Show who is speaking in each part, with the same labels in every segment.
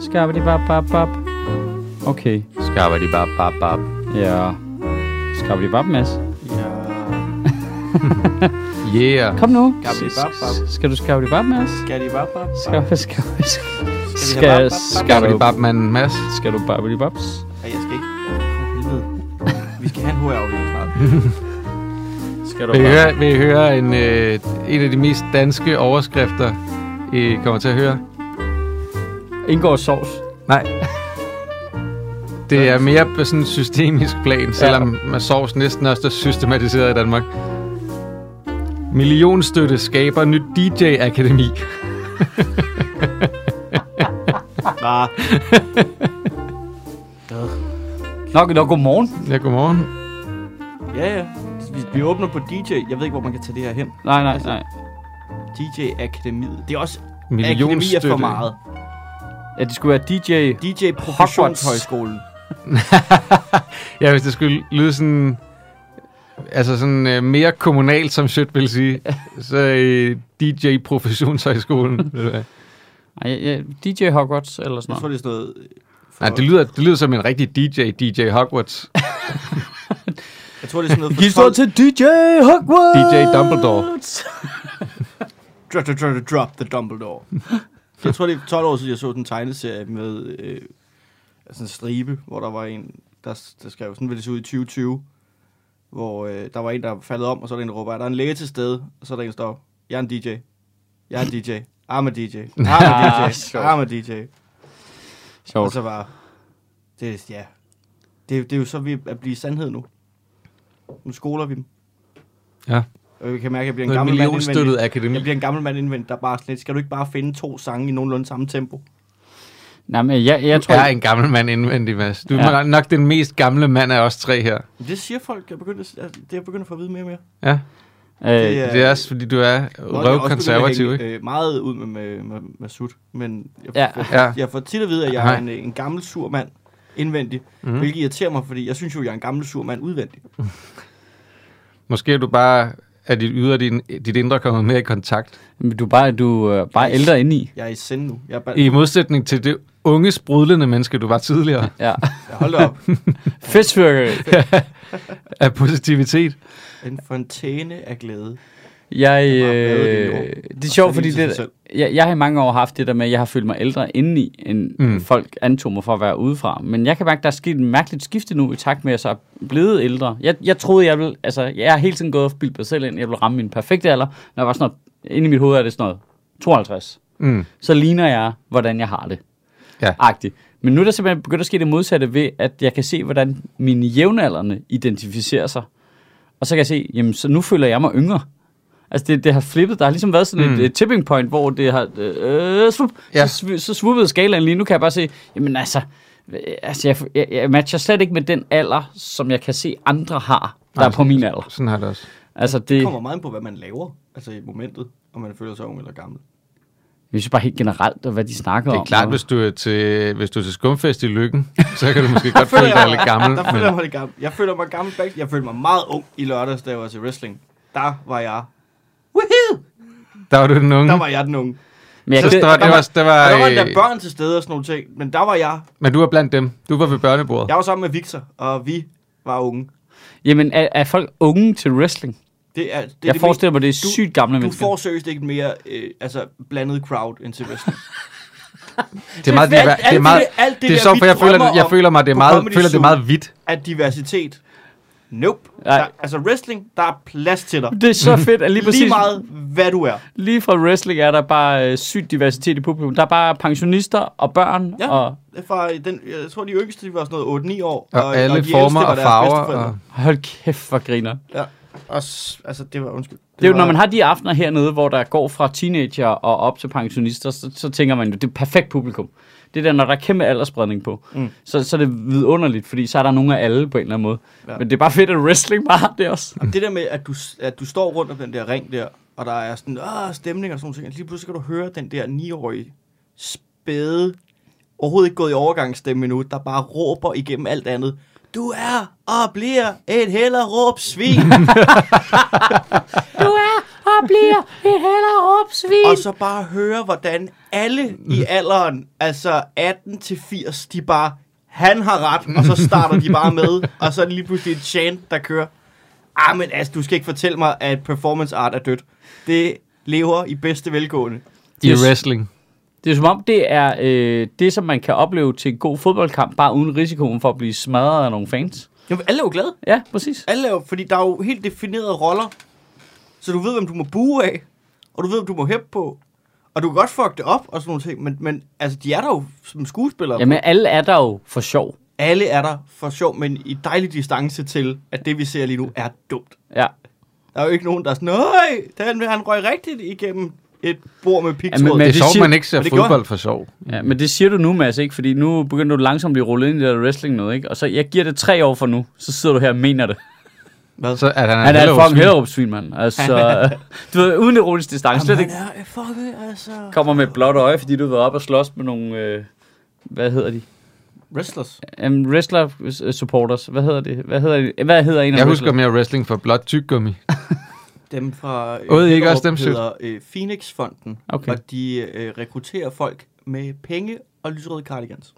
Speaker 1: Skabadi bap bap bap. Okay,
Speaker 2: Skabber de bap, bap, bap.
Speaker 1: ja. Skabadi bap, Mads.
Speaker 3: Ja.
Speaker 2: Yeah.
Speaker 1: Kom nu.
Speaker 3: Skabidi bap, bap.
Speaker 1: S- Skal du skabadi bap, Mads?
Speaker 3: Skal de bare bare?
Speaker 1: Skal, skal, skal,
Speaker 3: vi have
Speaker 1: skal,
Speaker 3: bap, bap, bap?
Speaker 2: Skabber
Speaker 1: skal,
Speaker 2: de
Speaker 1: du,
Speaker 2: bap, mand Mads.
Speaker 1: skal du babidi babs?
Speaker 3: Ej, jeg skal ikke. For helvede. Vi skal have en HR-afdeling snart.
Speaker 1: Skal
Speaker 2: Vil I høre, vil I høre en, øh, en af de mest danske overskrifter, I kommer til at høre?
Speaker 1: Indgår sovs.
Speaker 2: Nej. Det er mere på sådan en systemisk plan, selvom man sovs næsten også er systematiseret i Danmark. Millionstøtte skaber nyt DJ-akademi.
Speaker 3: Nej.
Speaker 1: Nå, nå, godmorgen.
Speaker 2: Ja, godmorgen.
Speaker 3: Ja, ja. Vi, vi åbner på DJ. Jeg ved ikke, hvor man kan tage det her hen.
Speaker 1: Nej, nej,
Speaker 3: Altså-
Speaker 1: nej.
Speaker 3: DJ-akademiet. Det er også akademi er
Speaker 2: Millionstøtte.
Speaker 3: for meget.
Speaker 1: Ja, det skulle være DJ.
Speaker 3: DJ-professionshøjskolen.
Speaker 2: Ja, hvis det skulle lyde sådan... Altså sådan øh, mere kommunalt, som Sødt vil sige. Så øh, DJ Professionshøjskolen. ved du hvad.
Speaker 1: Nej, ja, DJ Hogwarts eller sådan
Speaker 3: Jeg tror,
Speaker 1: noget.
Speaker 3: det er sådan noget... øh, for-
Speaker 2: Nej, det lyder, det lyder som en rigtig DJ, DJ Hogwarts.
Speaker 3: Jeg tror, det er sådan noget...
Speaker 1: Giv stå til DJ Hogwarts!
Speaker 2: DJ Dumbledore.
Speaker 3: Drop, drop, drop, drop the Dumbledore. jeg tror, det er 12 år siden, jeg så den tegneserie med øh, sådan en stribe, hvor der var en, der, der skrev, sådan vil det se ud i 2020, hvor øh, der var en, der faldet om, og så er der en, der råber, er der en læge til stede? Og så er der en, der står, jeg er en DJ. Jeg er en DJ. I'm a DJ. I'm
Speaker 1: Ah,
Speaker 3: a DJ.
Speaker 1: sjovt.
Speaker 3: I'm a DJ. Og
Speaker 1: Sjovt.
Speaker 3: så bare, det, er- ja. Det, er- det er jo så ved at blive sandhed nu. Nu skoler vi dem.
Speaker 2: Ja.
Speaker 3: Og vi kan mærke, at jeg bliver en
Speaker 2: Noget
Speaker 3: gammel mand indvendigt.
Speaker 2: millionstøttet akademi.
Speaker 3: Jeg bliver en gammel mand indvendt, der bare er sådan lidt, skal du ikke bare finde to sange i nogenlunde samme tempo?
Speaker 1: Nej, men jeg, jeg tror...
Speaker 2: Jeg er en gammel mand indvendig, Mads. Du er
Speaker 1: Ja.
Speaker 2: nok den mest gamle mand af os tre her.
Speaker 3: Men Det siger folk, jeg begynder, at- det er jeg begynder at få at vide mere og mere.
Speaker 2: Ja,
Speaker 1: øh,
Speaker 3: det er-
Speaker 2: det er også, fordi du er røvkonservativ, ikke?
Speaker 3: Øh, meget ud med, med, med, med sut, men jeg,
Speaker 1: Ja.
Speaker 3: ja. jeg,
Speaker 2: Ja.
Speaker 3: jeg får tit at vide, at jeg
Speaker 2: Nej.
Speaker 3: er en, en gammel sur mand indvendig, mm.
Speaker 2: Mhm.
Speaker 3: hvilket irriterer mig, fordi jeg synes jo, jeg er en gammel sur mand udvendig.
Speaker 2: Måske er du bare, at dit ydre din, dit indre kommet mere i kontakt.
Speaker 1: Men Du er bare, du er bare ældre indeni.
Speaker 3: Jeg er i send nu. Jeg er bare,
Speaker 2: I modsætning til det unge, sprudlende menneske, du var tidligere,
Speaker 1: Ja.
Speaker 3: jeg holder op.
Speaker 1: Festfyrkeri.
Speaker 2: af positivitet.
Speaker 3: En fontæne af glæde.
Speaker 1: Jeg,
Speaker 3: meget bedre, det er
Speaker 1: øh,
Speaker 3: lort.
Speaker 1: det er sjovt,
Speaker 3: Og så
Speaker 1: fordi
Speaker 3: lige til sig
Speaker 1: det,
Speaker 3: selv.
Speaker 1: jeg, jeg har i mange år haft det der med, at jeg har følt mig ældre indeni, end mm.
Speaker 2: Mm.
Speaker 1: folk antog mig for at være udefra. Men jeg kan mærke, at der er sket et mærkeligt skifte nu, i takt med, at jeg så er blevet ældre. Jeg, jeg troede, jeg ville, altså, jeg har hele tiden gået og bildt mig selv ind, jeg ville ramme min perfekte alder. Når jeg var sådan noget, inde i mit hoved er det sådan noget, 52.
Speaker 2: Mm.
Speaker 1: Så ligner jeg, hvordan jeg har det.
Speaker 2: Ja.
Speaker 1: Agtigt. Men nu er der simpelthen begyndt at ske det modsatte ved, at jeg kan se, hvordan mine jævnaldrende identificerer sig. Og så kan jeg se, jamen så nu føler jeg mig yngre. Altså det, det har flippet. Der har ligesom været sådan mm. et,
Speaker 2: Mm.
Speaker 1: et tipping point, hvor det har... Øh, svup, ja.
Speaker 2: Ja.
Speaker 1: Så, sv- så svuppede skalaen lige. Nu kan jeg bare se, jamen altså... øh, altså jeg, jeg, jeg matcher slet ikke med den alder, som jeg kan se andre har, der
Speaker 2: Nej,
Speaker 1: er på min alder.
Speaker 2: Sådan har det også.
Speaker 1: Altså
Speaker 3: Det
Speaker 1: det...
Speaker 3: kommer meget an på, hvad man laver, altså i momentet, om man føler sig ung eller gammel.
Speaker 1: Jeg synes bare helt generelt, og hvad de snakker om.
Speaker 2: Det er klart,
Speaker 1: og-
Speaker 2: hvis du er til, hvis du er til skumfest i Lykken, så kan du måske godt føle dig lidt gammel.
Speaker 3: Der føler jeg
Speaker 2: Men
Speaker 3: mig lidt gammel. Jeg føler mig gammel bag. Jeg føler mig meget ung i lørdags, da jeg var til wrestling. Der var jeg. Woohoo!
Speaker 2: der var du den unge.
Speaker 3: Der var jeg den unge.
Speaker 1: Men jeg,
Speaker 2: Så
Speaker 1: glæder,
Speaker 2: står det
Speaker 3: var-
Speaker 2: også, der
Speaker 3: Og
Speaker 2: var,
Speaker 3: der var endda
Speaker 2: øh,
Speaker 3: børn til stede og sådan nogle ting. Men der var jeg.
Speaker 2: men du var blandt dem. Du var ved børnebordet.
Speaker 3: Jeg var sammen med Victor, og vi var unge.
Speaker 1: jamen, er, er folk unge til wrestling?
Speaker 3: Det er, det, er
Speaker 1: Det jeg
Speaker 3: det
Speaker 1: forestiller mig, det er
Speaker 3: du-
Speaker 1: sygt gamle
Speaker 3: mest, Du
Speaker 1: mennesker.
Speaker 3: får seriøst ikke mere øh, altså, blandet crowd end til wrestling.
Speaker 2: Det er meget, det er,
Speaker 3: alt-
Speaker 2: det er meget,
Speaker 3: alt det- alt det
Speaker 2: det er
Speaker 3: der,
Speaker 2: så,
Speaker 3: vi
Speaker 2: for jeg føler,
Speaker 3: drømmer
Speaker 2: jeg
Speaker 3: om
Speaker 2: føler mig, det er
Speaker 3: på
Speaker 2: meget,
Speaker 3: Comedy
Speaker 2: føler det er
Speaker 3: Zoo.
Speaker 2: meget hvidt.
Speaker 3: At diversitet. Nope.
Speaker 1: Nej.
Speaker 3: Der, altså wrestling, der er plads til dig.
Speaker 1: Det er så fedt, at lige præcis...
Speaker 3: Lige meget, hvad du er.
Speaker 1: lige fra wrestling er der bare øh, sygt diversitet i publikum. Der er bare pensionister og børn
Speaker 3: Ja.
Speaker 1: ja. og...
Speaker 3: Fra den, jeg tror, de yngste de var sådan noget 8-9 år.
Speaker 2: Og, alle
Speaker 3: de ældste
Speaker 2: former
Speaker 3: var
Speaker 2: og
Speaker 3: deres
Speaker 2: farver.
Speaker 3: bedsteforældre.
Speaker 2: Og,
Speaker 1: Hold kæft, hvor griner. Det,
Speaker 3: Ja. Og, s- altså, det var undskyld.
Speaker 1: det er jo, når man har de aftener hernede, hvor der går fra teenager og op til pensionister, så, så tænker man jo, det er perfekt publikum. Det er der, når der er kæmpe aldersspredning på. Mm.
Speaker 3: Mm.
Speaker 1: Så, så er det vidunderligt, fordi så er der nogen af alle på en eller anden måde. Ja.
Speaker 3: Ja.
Speaker 1: Men det er bare fedt, at wrestling bare har det også.
Speaker 3: Jamen, det der med, at du, s- at du står rundt om den der ring der, og der er sådan, Åh, stemning og sådan noget, lige pludselig kan du høre den der 9-årige spæde, overhovedet ikke gået i overgangsstemme endnu, der bare råber igennem alt andet. Du er og bliver et helleråb svin.
Speaker 1: Du er og bliver i Hellerup svin.
Speaker 3: Og så bare høre, hvordan alle i alderen, altså 18 til 80, de bare, han har ret, og så starter de bare med, og så er det lige pludselig et chant, der kører. Ah, men altså, du skal ikke fortælle mig, at performance art er dødt. Det lever i bedste velgående.
Speaker 2: I
Speaker 1: Yes.
Speaker 2: wrestling.
Speaker 1: Det er som om, det er øh, det, som man kan opleve til en god fodboldkamp, bare uden risikoen for at blive smadret af nogle fans.
Speaker 3: Jamen, alle er jo glade.
Speaker 1: Ja, præcis.
Speaker 3: Alle er jo, fordi der er jo helt definerede roller. Så du ved, hvem du må bue af, og du ved, hvem du må hæppe på. Og du kan godt fuck det op og sådan nogle ting, men, men altså, de er der jo som skuespillere.
Speaker 1: Jamen, alle er der jo for sjov.
Speaker 3: Alle er der for sjov, men i dejlig distance til, at det, vi ser lige nu, er dumt.
Speaker 1: Ja.
Speaker 3: Der er jo ikke nogen, der er sådan, nej, den, han røg rigtigt igennem et bord med pigtråd.
Speaker 1: Ja, men-
Speaker 3: men,
Speaker 2: Men det er
Speaker 1: det
Speaker 2: sjovt,
Speaker 1: siger-
Speaker 2: man ikke ser
Speaker 3: og det gjorde
Speaker 2: fodbold for sjov.
Speaker 1: ja. Men det siger du nu, Mads, ikke? Fordi nu begynder du langsomt at blive rullet ind i det der wrestling noget, ikke? Og så, jeg giver det tre år for nu, så sidder du her og mener det.
Speaker 3: Hvad?
Speaker 2: Så at han er,
Speaker 1: Han er et
Speaker 2: Hellerup-svin.
Speaker 1: fucking Hellerup-svin, mand. Altså, du ved, uden ironisk distance, slet
Speaker 3: Jamen,
Speaker 1: ikke
Speaker 3: han er, fuck det, altså.
Speaker 1: kommer med et blåt øje, fordi du har været op og slås med nogle, øh, hvad hedder de?
Speaker 3: Wrestlers.
Speaker 1: Um, wrestler øh, supporters. Hvad hedder det? Hvad hedder, de? hvad hedder en af
Speaker 2: Jeg
Speaker 1: wrestlerne?
Speaker 2: husker mere wrestling for blot tyggegummi.
Speaker 3: Dem fra øh,
Speaker 2: Åh, det er ikke også
Speaker 3: Hellerup
Speaker 2: dem, sødt.
Speaker 3: hedder øh, Phoenix-fonden,
Speaker 1: Okay.
Speaker 3: og de øh, rekrutterer folk med penge og lyserøde cardigans.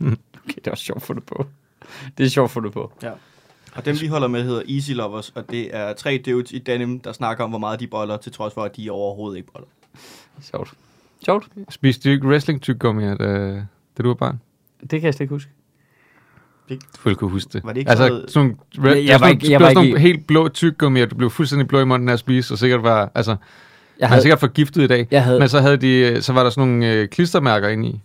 Speaker 1: Okay, det var sjovt at få det på. Det er sjovt at få det på.
Speaker 3: Ja. Og dem, vi holder med, hedder Easy Lovers, og det er tre dudes i denim, der snakker om, hvor meget de boller, til trods for, at de overhovedet ikke boller.
Speaker 1: Sjovt. Sjovt?
Speaker 2: Spiste du ikke wrestling tyggegummi, da, da du var barn?
Speaker 1: Det kan jeg slet ikke huske.
Speaker 2: Selvfølgelig kunne huske det.
Speaker 3: Var det ikke
Speaker 2: altså,
Speaker 3: sådan noget-
Speaker 2: sådan nogle,
Speaker 1: Jeg- jeg
Speaker 2: re- jeg, jeg
Speaker 1: var
Speaker 2: var
Speaker 1: ikke- jeg var
Speaker 2: sådan
Speaker 1: ikke
Speaker 2: nogle helt blå tyggegummi, at du blev fuldstændig blå i munden af at spise, og sikkert var, altså, jeg
Speaker 1: Jeg
Speaker 2: havde, sikkert forgiftet i dag.
Speaker 1: Jeg havde-
Speaker 2: Men så, havde de, øh, så var der sådan nogle øh, klistermærker inde i.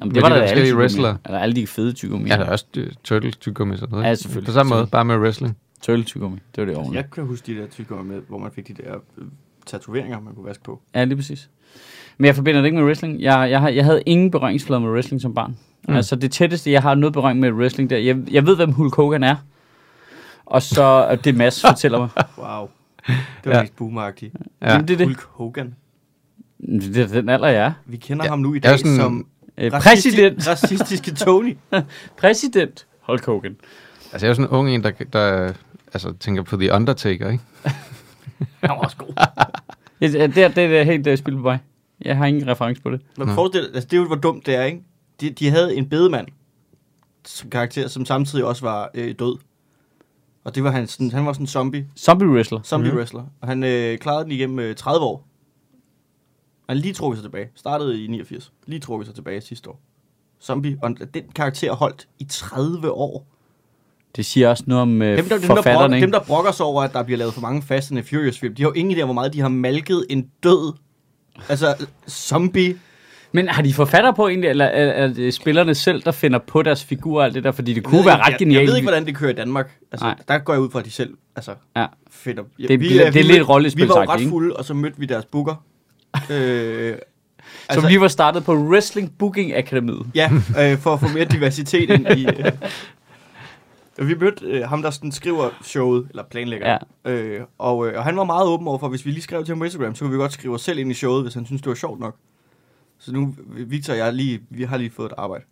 Speaker 1: Jamen,
Speaker 2: med
Speaker 1: det var der
Speaker 2: de der
Speaker 1: alle
Speaker 2: forskellige
Speaker 1: tyggegummier.
Speaker 2: wrestlere.
Speaker 1: Eller alle de fede tyggegummi.
Speaker 2: Ja, der er også øh, turtle tyggegummi og sådan noget.
Speaker 1: Ja,
Speaker 2: ikke?
Speaker 1: selvfølgelig.
Speaker 2: På samme måde, bare med wrestling.
Speaker 1: Tølle tyggegummi. Det var det ordentligt.
Speaker 3: Jeg kan huske de der tykker med, hvor man fik de der øh, tatoveringer, man kunne vaske på.
Speaker 1: Ja, lige præcis. Men jeg forbinder det ikke med wrestling. Jeg, jeg, har, jeg havde ingen berøringsflade med wrestling som barn. Mm. Altså det tætteste, jeg har noget berøring med wrestling, der. Jeg, jeg ved, hvem Hulk Hogan er. Og så og det Mads fortæller mig.
Speaker 3: Wow. Det var ja.
Speaker 2: Ja.
Speaker 3: mest boomeragtigt.
Speaker 1: Ja. Jamen, det er det.
Speaker 3: Hulk Hogan.
Speaker 1: Det er den alder, jeg er.
Speaker 3: Vi kender ja. ham nu i
Speaker 2: Jeg er
Speaker 3: dag
Speaker 2: sådan-
Speaker 3: som
Speaker 1: Øh,
Speaker 3: racisti-
Speaker 1: præsident.
Speaker 3: racistiske Tony.
Speaker 1: Præsident Hulk Hogan.
Speaker 2: Altså, jeg er jo sådan en ung en, der, der altså, tænker på The Undertaker, ikke?
Speaker 3: Han var også god.
Speaker 1: Ja, det, det, er- det er helt uh, spil på mig. Jeg har ingen reference på det.
Speaker 3: Men forestil dig, altså, det er jo, hvor dumt det er, ikke? De, de havde en bedemand som karakter, som samtidig også var øh, død. Og det var han, sådan, han var sådan en zombie,
Speaker 1: Zombie wrestler.
Speaker 3: zombie mm. wrestler. Og han øh, klarede den igennem øh, 30 år. Han lige trukket sig tilbage. Startede i 89. Lige trukket sig tilbage sidste år. Zombie, og den karakter holdt i 30 år.
Speaker 1: Det siger også noget om øh,
Speaker 3: Dem der, dem, der
Speaker 1: forfatteren,
Speaker 3: brokker,
Speaker 1: ikke?
Speaker 3: dem, der brokker sig over, at der bliver lavet for mange Fast and the Furious film, de har jo ingen idé om, hvor meget de har malket en død, altså zombie.
Speaker 1: Men har de forfatter på egentlig, eller er, er det spillerne selv, der finder på deres figurer og alt det der? Fordi det
Speaker 3: Jeg
Speaker 1: kunne
Speaker 3: ved
Speaker 1: være
Speaker 3: ikke-
Speaker 1: ret genialt.
Speaker 3: Jeg, jeg ved ikke, hvordan det kører i Danmark. Altså,
Speaker 1: Nej.
Speaker 3: der går jeg ud fra, at de selv altså,
Speaker 1: Ja.
Speaker 3: finder... Ja,
Speaker 1: Det er- det er lidt
Speaker 3: mødte- Vi var jo
Speaker 1: rollespilsagtigt,
Speaker 3: ret
Speaker 1: ikke?
Speaker 3: fulde, og så mødte vi deres booker. øh,
Speaker 1: Som
Speaker 3: altså,
Speaker 1: lige var startet på Wrestling Booking Akademiet.
Speaker 3: Ja, øh, for at få mere diversitet ind i... Øh. Og vi mødte øh, ham, der sådan skriver showet, eller planlægger. Ja. Øh, og, øh, og han var meget åben overfor, at hvis vi lige skrev til ham på Instagram, så kunne vi godt skrive os selv ind i showet, hvis han synes det var sjovt nok. Så nu, Victor og jeg, lige, vi har lige fået et arbejde.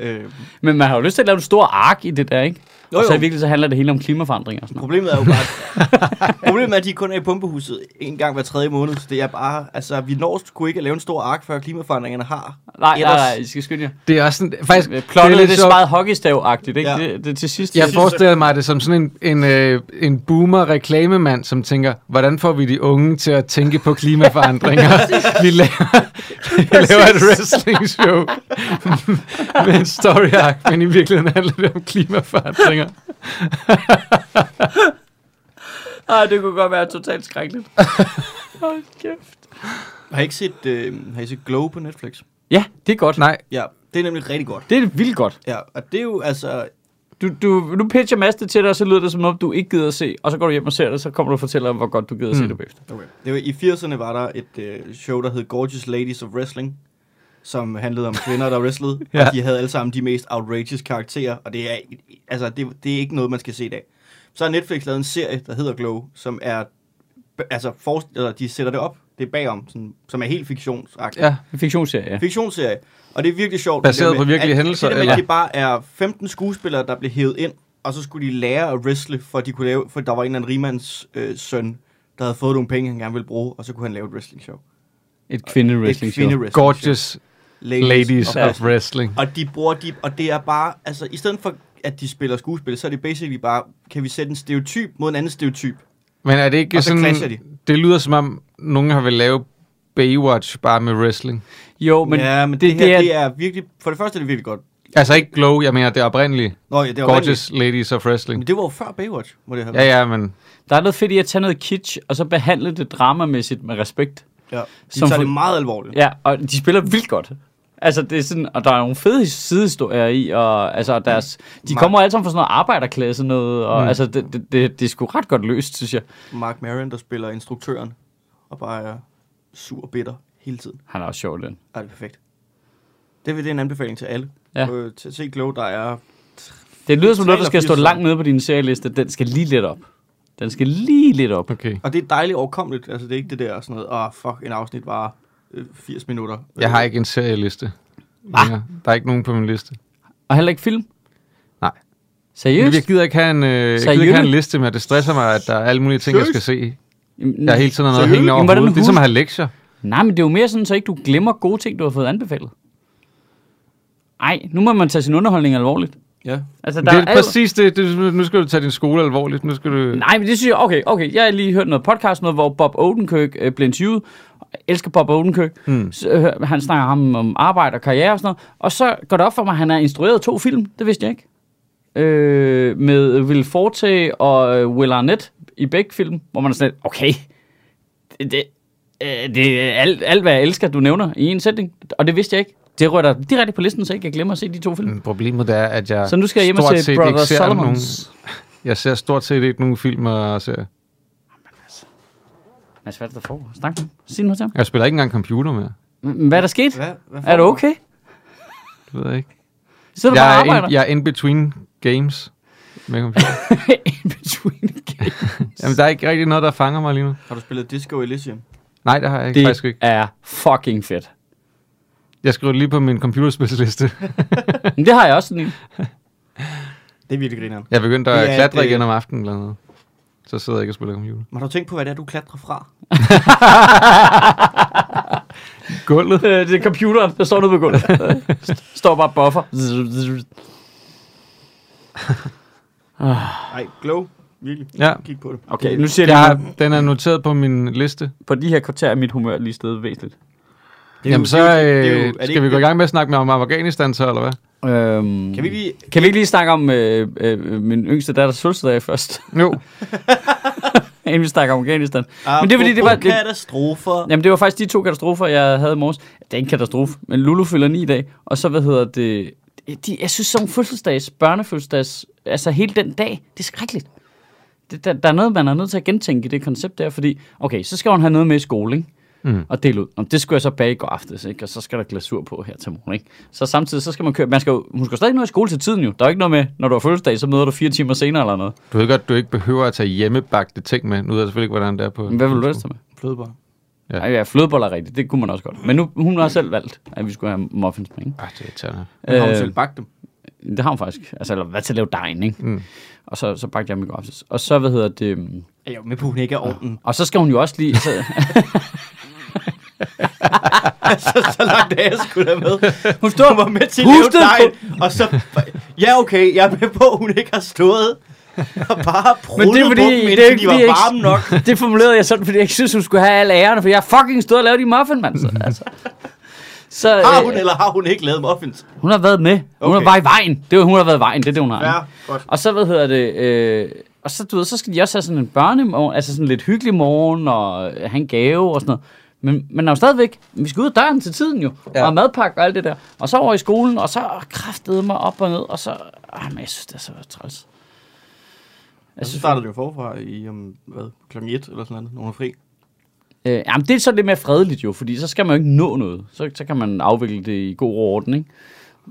Speaker 3: øh,
Speaker 1: Men man har jo lyst til at lave en stor ark i det der, ikke?
Speaker 3: Jo,
Speaker 1: og så
Speaker 3: jo.
Speaker 1: i virkelig så handler det hele om klimaforandringer og sådan noget.
Speaker 3: problemet er jo bare... problemet er, at de kun er i pumpehuset en gang hver tredje måned, så det er bare... Altså, vi når sgu ikke at lave en stor ark, før klimaforandringerne har.
Speaker 1: Nej, nej,
Speaker 3: Ellers-
Speaker 1: nej, I skal skynde jer.
Speaker 2: Det er også sådan, faktisk,
Speaker 1: Plottet er det
Speaker 2: sjovt.
Speaker 1: så meget hockeystav-agtigt, ikke?
Speaker 3: Ja.
Speaker 1: Det, det, er til sidst.
Speaker 2: Jeg
Speaker 1: det-
Speaker 2: forestillede mig det som sådan en, en, øh, en boomer-reklamemand, som tænker, hvordan får vi de unge til at tænke på klimaforandringer? vi, laver, vi laver et wrestling-show med en story arc, men i virkeligheden handler det om klimaforandringer.
Speaker 1: Ej, det kunne godt være totalt skrækkeligt. Hold kæft.
Speaker 3: Har I ikke set, øh, har I set Glow på Netflix?
Speaker 1: Ja, det er godt.
Speaker 2: Nej,
Speaker 3: Ja, det er nemlig rigtig godt.
Speaker 1: Det er vildt godt.
Speaker 3: Ja, og det er jo altså...
Speaker 1: Du, du, nu pitcher Mads det til dig, og så lyder det som om, du ikke gider at se. Og så går du hjem og ser det, så kommer du og fortæller, hvor godt du gider at se det bagefter.
Speaker 3: Okay. Det var, I 80'erne var der et øh, show, der hed Gorgeous Ladies of Wrestling, som handlede om kvinder, der wrestlede. ja.
Speaker 2: Ja.
Speaker 3: Og de havde alle sammen de mest outrageous karakterer, og det er, altså, det, det er ikke noget, man skal se i dag. Så har Netflix lavet en serie, der hedder Glow, som er... Altså, for, eller de sætter det op. Det er bagom, sådan, som er helt fiktionsagtigt.
Speaker 2: ja.
Speaker 1: En fiktionsserie, ja.
Speaker 3: fiktionsserie. Og det er virkelig sjovt.
Speaker 2: Baseret
Speaker 3: det der
Speaker 2: på virkelige
Speaker 3: at-
Speaker 2: hændelser,
Speaker 3: Det der med,
Speaker 2: eller?
Speaker 3: at det bare er 15 skuespillere, der blev hævet ind, og så skulle de lære at wrestle, for, de kunne lave, for der var en eller anden rimands øh, søn, der havde fået nogle penge, han gerne ville bruge, og så kunne han lave et wrestling-show.
Speaker 1: Et kvinde-wrestling show.
Speaker 3: kvinde-wrestling-show.
Speaker 2: Gorgeous
Speaker 3: Ladies,
Speaker 2: ladies
Speaker 3: of
Speaker 2: of wrestling.
Speaker 3: Og de bruger de, og det er bare, altså i stedet for at de spiller skuespil, så er det basically bare, kan vi sætte en stereotyp mod en anden stereotyp?
Speaker 2: Men er det ikke
Speaker 3: Og så clasher
Speaker 2: sådan...
Speaker 3: de.
Speaker 2: Det lyder som om, nogen har vel lave Baywatch bare med wrestling.
Speaker 1: Jo, men,
Speaker 3: ja, men det, det her, det er virkelig, for det første er det virkelig godt.
Speaker 2: Altså ikke Glow, jeg mener det oprindelige.
Speaker 3: Nå ja, det var
Speaker 2: Gorgeous ladies of wrestling.
Speaker 3: Men det var jo før Baywatch, må det have
Speaker 2: Ja, ja, men
Speaker 1: der er noget fedt i at tage noget kitsch, og så behandle det dramamæssigt med respekt.
Speaker 3: ja. De
Speaker 1: Som
Speaker 3: tager
Speaker 1: for-
Speaker 3: det meget alvorligt.
Speaker 1: Ja, og de spiller vildt godt. Altså, det er sådan, og der er nogle fede sidehistorier i, og altså, og deres, de
Speaker 3: Meget.
Speaker 1: kommer alle sammen fra sådan noget arbejderklasse noget, og mm. altså, det, det, det, det, er sgu ret godt løst, synes jeg.
Speaker 3: Mark Maron, der spiller instruktøren, og bare er sur og bitter hele tiden.
Speaker 1: Han er også sjov, den.
Speaker 3: Er det er perfekt. Det er, det er en anbefaling til alle.
Speaker 1: Ja.
Speaker 3: Øh, til at se Glow, der er...
Speaker 1: Det lyder som noget, der
Speaker 3: Tre
Speaker 1: skal
Speaker 3: eller
Speaker 1: stå
Speaker 3: fire
Speaker 1: langt
Speaker 3: sæsoner.
Speaker 1: nede på din serieliste. Den skal lige lidt op. Den skal lige lidt op.
Speaker 2: okay.
Speaker 3: Og det er dejligt overkommeligt. Altså, det er ikke det der sådan noget, åh, oh, fuck, en afsnit var 80 minutter.
Speaker 2: Jeg
Speaker 1: Øh.
Speaker 2: har ikke en serieliste. Ah. Der er ikke nogen på min liste.
Speaker 1: Og heller ikke film?
Speaker 2: Nej. Men Jeg
Speaker 1: Seriøst?
Speaker 2: gider ikke have en, øh, jeg gider ikke
Speaker 1: Seriøst?
Speaker 2: have en liste med, det stresser mig, at der er alle mulige ting, jeg skal se.
Speaker 1: Jamen,
Speaker 2: Jeg er hele tiden har noget
Speaker 1: Seriøst?
Speaker 2: hængende over
Speaker 1: Jamen, hvordan
Speaker 2: hovedet. Det er som
Speaker 1: husker-
Speaker 2: at have lektier.
Speaker 1: Nej, men det er jo mere sådan, så ikke du glemmer gode ting, du har fået anbefalet. Nej, nu må man tage sin underholdning alvorligt.
Speaker 3: Ja.
Speaker 1: Altså,
Speaker 2: Det er
Speaker 1: al-
Speaker 2: præcis det, det. Nu skal du tage din skole alvorligt. Nu skal du...
Speaker 1: Nej, men det synes jeg, okay, okay. Jeg har lige hørt noget podcast, noget, hvor Bob Odenkirk øh, blev interviewet. Jeg elsker Bob Odenkirk.
Speaker 2: Hmm.
Speaker 1: Mm. Så, øh, han snakker ham om arbejde og karriere og sådan noget. Og så går det op for mig, at han har instrueret to film. Det vidste jeg ikke. Øh, med Will Forte og øh, Will Arnett i begge film, hvor man er sådan lidt, okay, det, det, øh, det er alt, alt, hvad jeg elsker, du nævner i en sætning. Og det vidste jeg ikke. Det rører dig direkte på listen, så ikke jeg glemmer at se de to film.
Speaker 2: Men Problemet er, at jeg
Speaker 1: Så nu skal jeg hjem og
Speaker 2: Mm. stort
Speaker 1: se
Speaker 2: set
Speaker 1: Brother
Speaker 2: ikke ser nogen...
Speaker 1: Solomons.
Speaker 2: Jeg ser stort set ikke nogen film og serier.
Speaker 1: Mads, hvad er det, der foregår? Snak nu. Sig noget til ham.
Speaker 2: Jeg spiller ikke engang computer mere.
Speaker 1: M- Hvad er der sket?
Speaker 3: Hvad, hvad
Speaker 1: Er du okay?
Speaker 2: Det ved jeg ikke.
Speaker 1: Sidder du bare og
Speaker 2: Jeg er,
Speaker 1: arbejder?
Speaker 2: in, jeg er in between games med computer.
Speaker 1: in between games.
Speaker 2: Jamen, der er ikke rigtig noget, der fanger mig lige nu.
Speaker 3: Har du spillet Disco Elysium?
Speaker 2: Nej, det har jeg ikke, faktisk
Speaker 1: Det
Speaker 2: ikke.
Speaker 1: er fucking fedt.
Speaker 2: Jeg skriver det lige på min computerspilsliste.
Speaker 1: Men det har jeg også sådan en.
Speaker 3: Det er virkelig grineren.
Speaker 2: Jeg begyndte
Speaker 3: Det
Speaker 2: at
Speaker 3: er, at,
Speaker 2: klatre
Speaker 3: øh,
Speaker 2: igen om aftenen eller noget. Så sidder jeg ikke og spiller computer.
Speaker 3: Men har du tænkt på, hvad det er, du klatrer fra?
Speaker 2: Gulvet?
Speaker 1: Øh, det er computeren, der står nede på gulvet. St- står bare og buffer.
Speaker 3: Nej, Glow. Virkelig.
Speaker 2: Ja.
Speaker 3: Kig på det.
Speaker 1: Okay, nu siger
Speaker 2: Jeg
Speaker 1: jeg
Speaker 2: har, den er noteret på min liste.
Speaker 1: på de her kvarter er mit humør lige stedet væsentligt.
Speaker 3: er jo-
Speaker 2: Jamen så
Speaker 3: det er jo- det er jo- er
Speaker 2: øh,
Speaker 3: det
Speaker 2: skal
Speaker 3: ikke-
Speaker 2: vi gå i gang med at snakke med om Afghanistan så, eller hvad?
Speaker 1: Øhm,
Speaker 3: Kan vi lige...
Speaker 1: kan vi ikke lige snakke om øh, øh, min yngste datters fødselsdag først,
Speaker 2: Jo,
Speaker 1: inden vi snakker om Afghanistan?
Speaker 3: Ah,
Speaker 1: Men det er fordi, det var...
Speaker 3: Apropos
Speaker 1: Det,
Speaker 3: Katastrofer.
Speaker 1: jamen, det var faktisk de to katastrofer, jeg havde i morges. Det er ikke en katastrofe, men Lulu fylder 9 i dag, og så, hvad hedder det... De, jeg synes, sådan fødselsdags, børnefødselsdags, altså hele den dag, det er skrækkeligt. det, der, der er noget, man er nødt til at gentænke i det koncept der, fordi, okay, så skal hun have noget med i skole, ikke? Mm. og dele ud. Nå, det skulle jeg så bage i går aftes, ikke? og så skal der glasur på her til morgen. Ikke? Så samtidig, så skal man køre, man skal, jo- hun skal jo stadig nå i skole til tiden jo. Der er jo ikke noget med, når du har fødselsdag, så møder du fire timer senere eller noget.
Speaker 2: du ved godt, du ikke behøver at tage hjemmebagte ting med. Nu ved jeg selvfølgelig ikke, hvordan det er på...
Speaker 1: Men hvad vil du ellers tage med?
Speaker 3: Flødeboller.
Speaker 2: Ja.
Speaker 1: Ja. Ej, ja, flødeboller er rigtigt, det kunne man også godt. Men nu, hun har selv valgt, at vi skulle have muffins med. Ikke?
Speaker 2: Ah, det er irriterende.
Speaker 3: Men har hun
Speaker 1: Øh,
Speaker 3: selv bagt dem?
Speaker 1: Det har hun faktisk. Altså, eller hvad til at lave dejen, ikke? Mm. Og så, så bagte jeg dem i går aftes. Og så, hvad hedder det... øhm,
Speaker 3: Jeg er jo med på, at hun ikke er ovnen.
Speaker 1: Og så skal hun jo også lige... Så,
Speaker 3: så langt er jeg sgu da med. Hun står mig med til at lave
Speaker 1: Husk det!
Speaker 3: dejen, og så... Ja, okay, jeg er med på, at hun ikke har stået og bare prullet
Speaker 1: det er fordi-
Speaker 3: på dem,
Speaker 1: det er
Speaker 3: indtil
Speaker 1: ikke
Speaker 3: de var
Speaker 1: fordi, jeg ikke-
Speaker 3: varme nok.
Speaker 1: det formulerede jeg sådan, fordi jeg ikke synes, hun skulle have alle ærerne, for jeg har fucking stået og lavet de muffin, mand. Så, altså. så
Speaker 3: Har hun,
Speaker 1: øh,
Speaker 3: eller har hun ikke lavet muffins?
Speaker 1: hun har været med. Hun har
Speaker 3: Okay.
Speaker 1: været i vejen. Det er hun har været i vejen, det er det, hun har.
Speaker 3: Ja,
Speaker 1: ikke?
Speaker 3: godt.
Speaker 1: Og så, hvad hedder det, øh, og så, du ved, så skal de også have sådan en børnemorgen, altså sådan lidt hyggelig morgen, og øh, have en gave og sådan noget. Men man er jo stadigvæk, vi skal ud af døren til tiden jo, ja. og madpakke og alt det der. Og så over i skolen, og så kraftede mig op og ned, og så, ah, men jeg synes, det er så træls.
Speaker 3: Jeg synes, starter det jo forfra i om, hvad, klokken 1 eller sådan noget, når hun er fri.
Speaker 1: Øh, jamen, det er så lidt mere fredeligt jo, fordi så skal man jo ikke nå noget. Så, så kan man afvikle det i god ro og orden, ikke?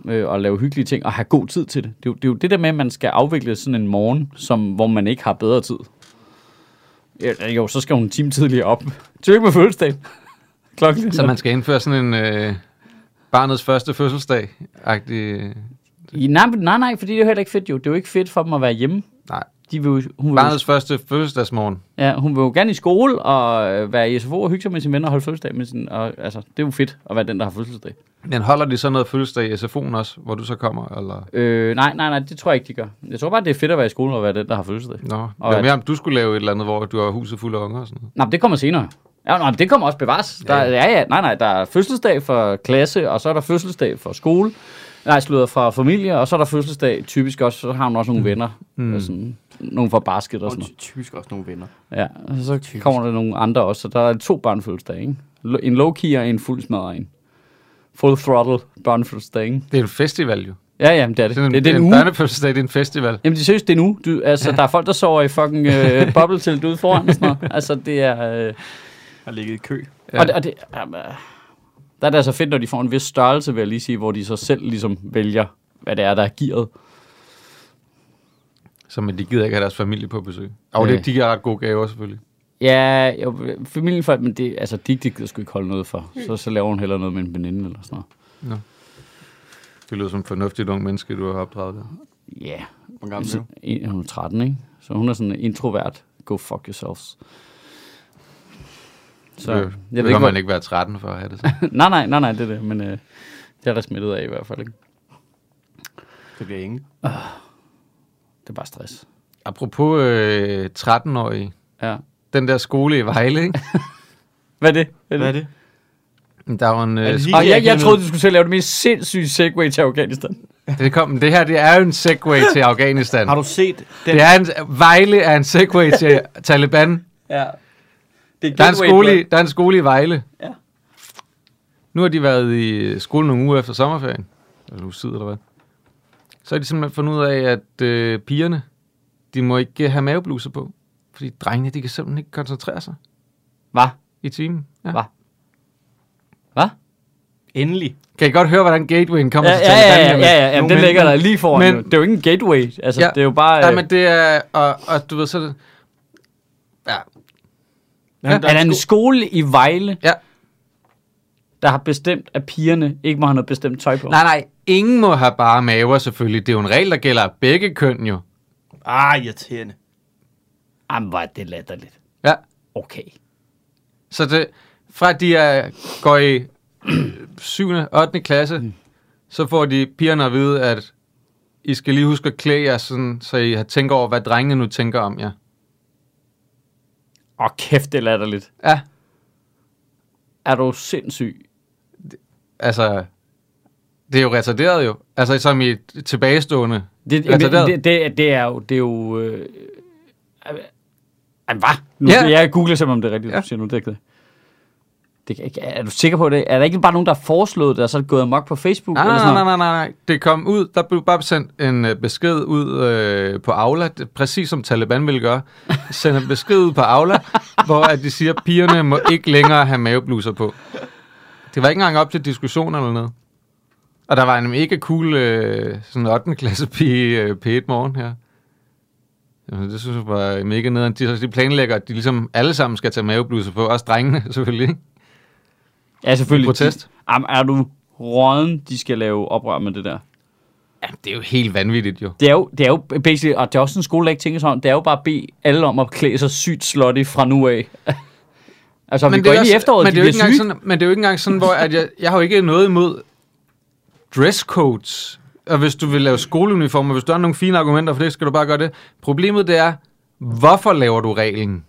Speaker 1: Øh, og lave hyggelige ting, og have god tid til det. Det er, jo, det er jo det der med, at man skal afvikle sådan en morgen, som, hvor man ikke har bedre tid. Ja, jo, så skal hun en time tidligere op. Tillykke med fødselsdagen. Klokken.
Speaker 2: Så man skal indføre sådan en øh, barnets første fødselsdag-agtig...
Speaker 1: Nej, men- nej, nej, fordi det er jo heller ikke fedt jo. Det er jo ikke fedt for dem at være hjemme.
Speaker 2: Nej,
Speaker 1: de vil, jo- hun, vil, jo-
Speaker 2: Barnets første fødselsdagsmorgen.
Speaker 1: ja, hun vil jo gerne i skole og øh, være i SFO og hygge sig med sine venner og holde fødselsdag med sin, og, altså, det er jo fedt at være den, der har fødselsdag.
Speaker 2: Men holder de så noget fødselsdag i SFO'en også, hvor du så kommer? Eller?
Speaker 1: Øh, nej, nej, nej, det tror jeg ikke, de gør. Jeg tror bare, det er fedt at være i skolen og være den, der har fødselsdag.
Speaker 2: Nå,
Speaker 1: Og
Speaker 2: det var
Speaker 1: at-
Speaker 2: mere om du skulle lave et eller andet, hvor du har huset fuld af unger og sådan noget.
Speaker 1: Nå, men det kommer senere. Ja, nå, men det kommer også bevares. Der, ja, ja, nej, nej, der er fødselsdag for klasse, og så er der fødselsdag for skole. Nej, slutter fra familie, og så er der fødselsdag typisk også, så har hun også nogle venner. Mm. Og sådan, nogle fra basket og
Speaker 3: Og
Speaker 1: sådan noget.
Speaker 3: ty- typisk også nogle venner.
Speaker 1: Ja, og så kommer der nogle andre også, så der er to børnefødselsdage, ikke? Lo- En low-key og en fuld smadret en. Full throttle børnefødselsdag, ikke?
Speaker 2: Det er en festival jo.
Speaker 1: Ja, ja, men det er det.
Speaker 2: Det er en,
Speaker 1: Det, det er en
Speaker 2: en
Speaker 1: uge.
Speaker 2: børnefødselsdag, det er en festival.
Speaker 1: Jamen, det synes det er nu. Du, altså, der er folk, der sover i fucking øh, bobbletelt ude foran og sådan noget. Altså, det er... Øh,
Speaker 3: Har ligget i kø.
Speaker 1: Ja. Og det, og det, jamen, øh, der er det altså fedt, når de får en vis størrelse, vil jeg lige sige, hvor de så selv ligesom vælger, hvad det er, der er gearet.
Speaker 2: Så men de gider ikke have deres familie på besøg. Og det,
Speaker 1: Nej.
Speaker 2: de giver ret gode gaver selvfølgelig.
Speaker 1: Ja, jo, familien for, men det, altså, de, de gider sgu ikke holde noget
Speaker 2: Hmm.
Speaker 1: for. Så, så laver hun heller noget med en veninde eller sådan noget.
Speaker 2: Det lyder som en fornuftig ung menneske, du har opdraget der.
Speaker 1: Ja,
Speaker 3: Hvor gammel er
Speaker 1: yeah.
Speaker 3: du?
Speaker 1: en, hun er 13, ikke? Så hun er sådan en introvert, go fuck yourselves. Så,
Speaker 2: det,
Speaker 1: jeg
Speaker 2: det
Speaker 1: ved ikke,
Speaker 2: kan
Speaker 1: hvor,
Speaker 2: man ikke være 13 for at have det sådan.
Speaker 1: nej, nej, nej, nej, det er det, men øh, det er der smittet af i hvert fald, ikke?
Speaker 3: Det bliver ingen.
Speaker 1: Det er bare stress.
Speaker 2: Apropos øh, 13-årige.
Speaker 1: Ja.
Speaker 2: Den der skole i Vejle, ikke?
Speaker 1: Hvad er det?
Speaker 3: Hvad er det?
Speaker 2: Der var en,
Speaker 3: Er
Speaker 2: øh,
Speaker 3: det
Speaker 1: Og jeg, jeg
Speaker 3: Akademiet?
Speaker 1: troede, du skulle til at lave det mest sindssyge segway til Afghanistan.
Speaker 2: det, kom, det her det er jo en segway til Afghanistan.
Speaker 3: Har du set den?
Speaker 2: Det er en, Vejle er en segway til Taliban.
Speaker 1: Ja. Det
Speaker 2: Der er, en skole, i- der er en skole i Vejle.
Speaker 1: Ja.
Speaker 2: Nu har de været i øh, skole nogle uger efter sommerferien. Eller nu sidder eller hvad. Så har de simpelthen fundet ud af, at øh, pigerne, de må ikke have mavebluser på. Fordi drengene, de kan simpelthen ikke koncentrere sig
Speaker 1: Hvad?
Speaker 2: i timen. Ja.
Speaker 1: Hva? Hvad?
Speaker 3: Endelig.
Speaker 2: Kan I godt høre, hvordan gatewayen kommer
Speaker 1: Ja,
Speaker 2: til
Speaker 1: ja, ja,
Speaker 2: Taliban?
Speaker 1: ja, ja, ja, ja den ligger der lige foran.
Speaker 2: Men-
Speaker 1: Men, det er jo ikke en gateway. Altså,
Speaker 2: Ja.
Speaker 1: ja, det er jo bare...
Speaker 2: Nej,
Speaker 1: øh,
Speaker 2: men det er... Og, og du ved, så... er det- Ja,
Speaker 1: er der en skole i Vejle,
Speaker 2: ja.
Speaker 1: der har bestemt, at pigerne ikke må have noget bestemt tøj på?
Speaker 2: Nej, nej, ingen må have bare maver selvfølgelig. Det er jo en regel, der gælder begge køn jo.
Speaker 3: Ah, irriterende.
Speaker 1: Jamen, hvor er det latterligt.
Speaker 2: Ja,
Speaker 1: Okay.
Speaker 2: så det, fra de er, går i 7. 8. klasse,
Speaker 1: Mm.
Speaker 2: så får de pigerne at vide, at I skal lige huske at klæde jer sådan, så I har tænkt over, hvad drengene nu tænker om jer.
Speaker 1: Åh, kæft, det er latterligt.
Speaker 2: Ja,
Speaker 1: Er du sindssyg?
Speaker 2: altså, det er jo retarderet jo. Altså, som i tilbagestående.
Speaker 1: Det,
Speaker 2: Altså,
Speaker 1: altså,
Speaker 2: der-
Speaker 1: det, det, det, det er jo... Det er jo øh, Jamen, hvad? Nu,
Speaker 2: Ja.
Speaker 1: ja. Jeg googler simpelthen, om det er rigtigt,
Speaker 2: Ja.
Speaker 1: ja. du siger nu. Det er ikke det. det kan ikke, er du sikker på det? Er der ikke bare nogen, der har foreslået det, og så er det gået amok på Facebook?
Speaker 2: Nej,
Speaker 1: eller
Speaker 2: nej,
Speaker 1: sådan
Speaker 2: nej,
Speaker 1: noget?
Speaker 2: nej, nej, nej. Det kom ud, der blev bare sendt en øh, besked ud øh, på Aula, det, præcis som Taliban ville gøre. Sender en besked ud på Aula, hvor at de siger, at pigerne må ikke længere have mavebluser på. Det var ikke engang op til diskussion eller noget. Og der var en mega cool øh, sådan 8. klasse pige øh, P1 morgen her. Jamen, det synes jeg var mega nederen. De, de planlægger, at de ligesom alle sammen skal tage mavebluser på. Også drengene selvfølgelig. ikke?
Speaker 1: Ja, selvfølgelig.
Speaker 2: Protest.
Speaker 1: De, Jamen, er du råden, de skal lave oprør med det der?
Speaker 2: Jamen, det er jo helt vanvittigt jo.
Speaker 1: Det er jo, det er jo basically, og det er også en skole, der ikke tænker sig om, det er jo bare at bede alle om at klæde sig sygt slutty fra nu af. altså, om vi
Speaker 2: det
Speaker 1: går
Speaker 2: er
Speaker 1: ind i
Speaker 2: også-
Speaker 1: efteråret,
Speaker 2: men
Speaker 1: de
Speaker 2: det er
Speaker 1: bliver
Speaker 2: jo ikke engang
Speaker 1: syge.
Speaker 2: sådan, Men det er jo ikke engang sådan, hvor at jeg, jeg har jo ikke noget imod dresscodes. Og hvis du vil lave skoleuniformer, hvis du har nogle fine argumenter for det, skal du bare gøre det. Problemet det er, hvorfor laver du reglen?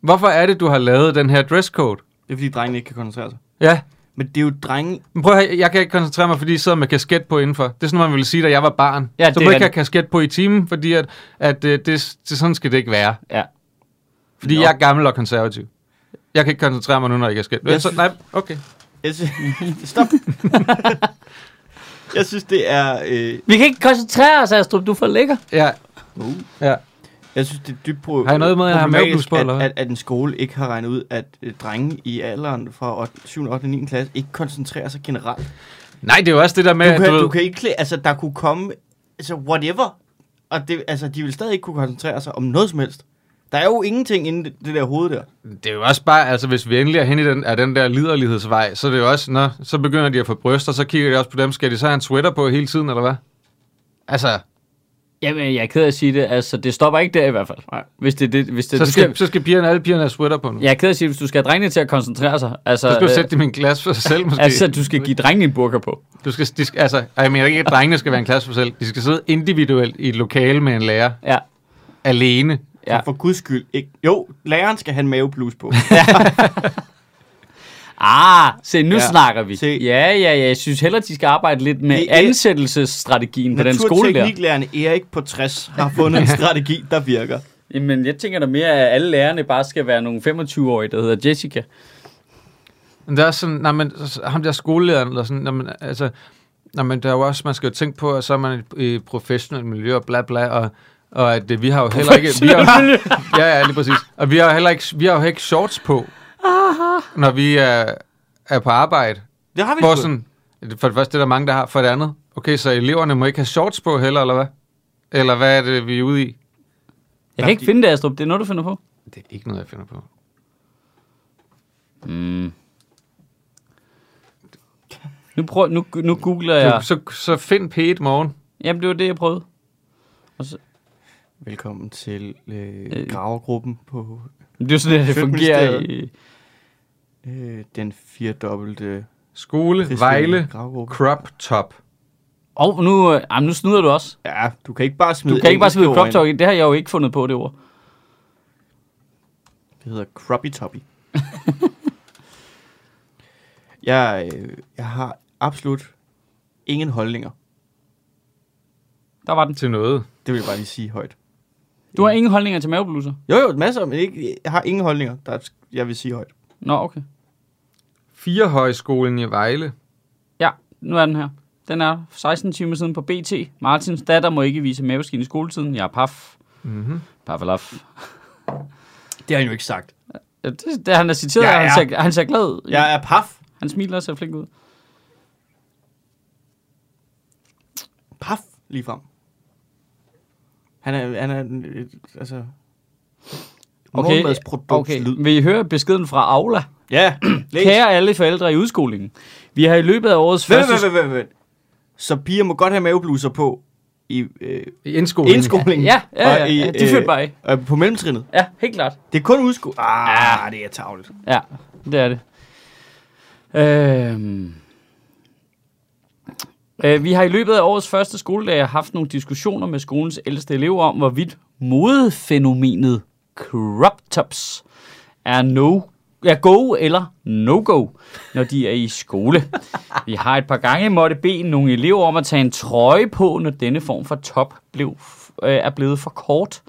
Speaker 2: Hvorfor er det, du har lavet den her dresscode?
Speaker 3: Det er fordi drengene ikke kan koncentrere sig.
Speaker 2: Ja,
Speaker 3: Men det er jo drenge.
Speaker 2: men prøv at høre, jeg kan ikke koncentrere mig, fordi jeg sidder med kasket på indenfor. Det er sådan, man ville sige, da jeg var barn.
Speaker 1: Ja,
Speaker 2: så
Speaker 1: det
Speaker 2: må
Speaker 1: er
Speaker 2: jeg ikke have
Speaker 1: rigtigt.
Speaker 2: kasket på i timen, fordi at, at øh, det, det, sådan skal det ikke være.
Speaker 1: Ja.
Speaker 2: Fordi
Speaker 3: Nå.
Speaker 2: jeg er gammel og konservativ. Jeg kan ikke koncentrere mig nu, når jeg ikke har kasket.
Speaker 3: Jeg
Speaker 2: Så,
Speaker 3: synes-
Speaker 2: nej, okay.
Speaker 3: Jeg sy- Stop. jeg synes, det er... Øh,
Speaker 1: Vi kan ikke koncentrere os, Astrup, du er for lækker.
Speaker 2: Ja.
Speaker 3: Uh.
Speaker 2: Ja.
Speaker 3: jeg synes, det er dybt pro-
Speaker 2: Har I noget med, at jeg har maveblus
Speaker 3: problematisk,
Speaker 2: på, eller hvad?
Speaker 3: at, at, at, en skole ikke har regnet ud, at øh, drenge i alderen fra 8, 7. 8. 9. klasse ikke koncentrerer sig generelt.
Speaker 2: Nej, det er jo også det der med,
Speaker 3: Du kan,
Speaker 2: at
Speaker 3: du kan ikke klæde, altså der kunne komme, altså whatever, og det, altså de vil stadig ikke kunne koncentrere sig om noget som helst. Der er jo ingenting inde i det, det der hoved der.
Speaker 2: det er jo også bare, altså hvis vi endelig er hen i den, er den der liderlighedsvej, så er det jo også, nå, så begynder de at få bryster, så kigger de også på dem, skal de så have en sweater på hele tiden, eller hvad? Altså,
Speaker 1: Jamen, jeg er ked af at sige det. Altså, det stopper ikke der i hvert fald.
Speaker 3: Nej.
Speaker 1: Hvis det, er det, hvis det,
Speaker 2: Så
Speaker 1: du
Speaker 2: skal, så skal pigerne, alle pigerne have sweater på nu.
Speaker 1: Jeg er ked af at sige, hvis du skal have drengene til at koncentrere sig. Altså,
Speaker 2: Så skal du
Speaker 1: øh,
Speaker 2: sætte dem i en klasse for sig selv, måske.
Speaker 1: altså du skal give drengene en burka på.
Speaker 2: Du skal, de skal, altså, jeg mener ikke, at drengene skal være en klasse for sig selv. De skal sidde individuelt i et lokale med en lærer,
Speaker 1: Ja.
Speaker 2: alene.
Speaker 1: Ja.
Speaker 3: Ja. For guds skyld ikke. Jo, læreren skal have en mavebluse på.
Speaker 1: Ah, se, nu ja.
Speaker 3: Ja.
Speaker 1: snakker vi.
Speaker 3: Se.
Speaker 1: Ja, ja, ja. Jeg synes heller, de skal arbejde lidt med
Speaker 3: Det er-
Speaker 1: ansættelsesstrategien på den skole der.
Speaker 3: Naturtekniklærerne Erik på 60 har fundet en strategi, der virker.
Speaker 1: Jamen, jeg tænker da mere, at alle lærerne bare skal være nogle 25-årige, der hedder Jessica.
Speaker 2: Men der er sådan, nej, men, så- så- ham der skolelederen, eller sådan, når man, altså, nej, men der er jo også, man skal jo tænke på, at så er man i et professionelt miljø, og bla bla, og, og at øh, vi har jo heller ikke... Vi har, ja, ja, lige præcis. Og vi har jo heller ikke, vi har jo ikke shorts på, når vi er, er på arbejde.
Speaker 3: Det har vi
Speaker 2: Hvor
Speaker 3: sgu.
Speaker 2: sådan, for det første, det er der mange, der har. For det andet, okay, så eleverne må ikke have shorts på heller, eller hvad? Eller hvad er det, vi er ude i?
Speaker 1: Jeg kan ikke finde det, Astrup. Det er noget, du finder på.
Speaker 2: Det er ikke noget, jeg finder på.
Speaker 1: Mm. Nu, prøv, nu, nu googler
Speaker 2: Ja.
Speaker 1: jeg.
Speaker 2: Så, så, så find P1 morgen.
Speaker 1: Jamen, det var det, jeg prøvede.
Speaker 3: Velkommen til
Speaker 1: Øh.
Speaker 3: øh, gravergruppen på
Speaker 1: Men Det er jo sådan, det fungerer i...
Speaker 3: Sjøtministeriet. øh, den firedobbelte...
Speaker 2: Skole,
Speaker 3: Christian
Speaker 2: Vejle,
Speaker 3: Gravgruppe.
Speaker 2: crop top.
Speaker 1: Og oh, nu, øh, jamen, nu snyder du også.
Speaker 3: Ja, du kan ikke bare smide
Speaker 1: Du kan ikke bare smide
Speaker 3: engelske ord
Speaker 1: crop
Speaker 3: ind.
Speaker 1: top ind. Det har jeg jo ikke fundet på, det ord.
Speaker 3: Det hedder Crappy Toppy. jeg, øh, jeg har absolut ingen holdninger.
Speaker 1: Der var den.
Speaker 2: Til noget.
Speaker 3: Det vil jeg bare lige sige højt.
Speaker 1: Du har ingen holdninger til mavebluser?
Speaker 3: Jo, jo, masser, men ikke, jeg har ingen holdninger, der er- jeg vil sige højt.
Speaker 1: Nå, okay.
Speaker 2: Firehøjskolen i Vejle.
Speaker 1: Ja, nu er den her. Den er 16 timer siden på BT. Martins datter må ikke vise maveskin i skoletiden. Jeg er paf.
Speaker 3: Mhm.
Speaker 2: Mm-hmm.
Speaker 1: Pafalaf.
Speaker 3: Det har han jo ikke sagt.
Speaker 1: Ja, det, det, han er citeret,
Speaker 3: Ja,
Speaker 1: ja, ja.
Speaker 3: ja.
Speaker 1: Han, ser, han ser glad ud. Ja.
Speaker 3: Jeg er paf.
Speaker 1: Han smiler og ser flink ud.
Speaker 3: Paf, lige frem. Han er, han er, øh, altså... Morgenmadsprodukt okay. lyd.
Speaker 1: Vil I høre beskeden fra Aula?
Speaker 3: Ja, læs. Kære,
Speaker 1: Kære alle forældre i udskolingen. Vi har i løbet af årets
Speaker 3: vent,
Speaker 1: første...
Speaker 3: vent, vent, vent, vent. Så piger må godt have mavebluser på i øh,
Speaker 2: I indskolen.
Speaker 3: indskolingen.
Speaker 1: Ja, ja, ja,
Speaker 3: og i,
Speaker 1: ja. De følte bare ikke.
Speaker 3: øh, på mellemtrinnet.
Speaker 1: Ja, helt klart.
Speaker 3: Det er kun udsko... Ah, det er tavligt.
Speaker 1: Ja, det er det. Øhm. Øh, vi har i løbet af årets første skoledag haft nogle diskussioner med skolens ældste elever om, hvorvidt modefænomenet crop tops er no er go eller no-go, når de er i skole. Vi har et par gange måtte bede nogle elever om at tage en trøje på, når denne form for top blev, øh, er blevet for kort.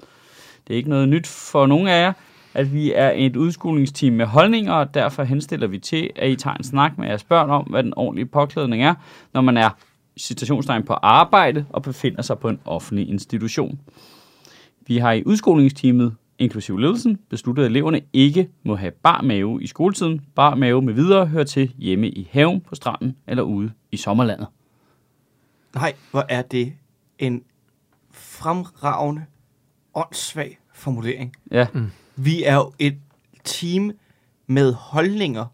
Speaker 1: Det er ikke noget nyt for nogen af jer, at vi er et udskolingsteam med holdninger, og derfor henstiller vi til, at I tager en snak med jeres børn om, hvad den ordentlige påklædning er, når man er citationstegn på arbejde og befinder sig på en offentlig institution. Vi har i udskolingsteamet, inklusive ledelsen, besluttet, at eleverne ikke må have bar mave i skoletiden. Bar mave med videre hører til hjemme i haven, på stranden eller ude i sommerlandet.
Speaker 3: Nej, hvor er det en fremragende, åndssvag formulering.
Speaker 1: Ja,
Speaker 3: Vi er jo et team med holdninger.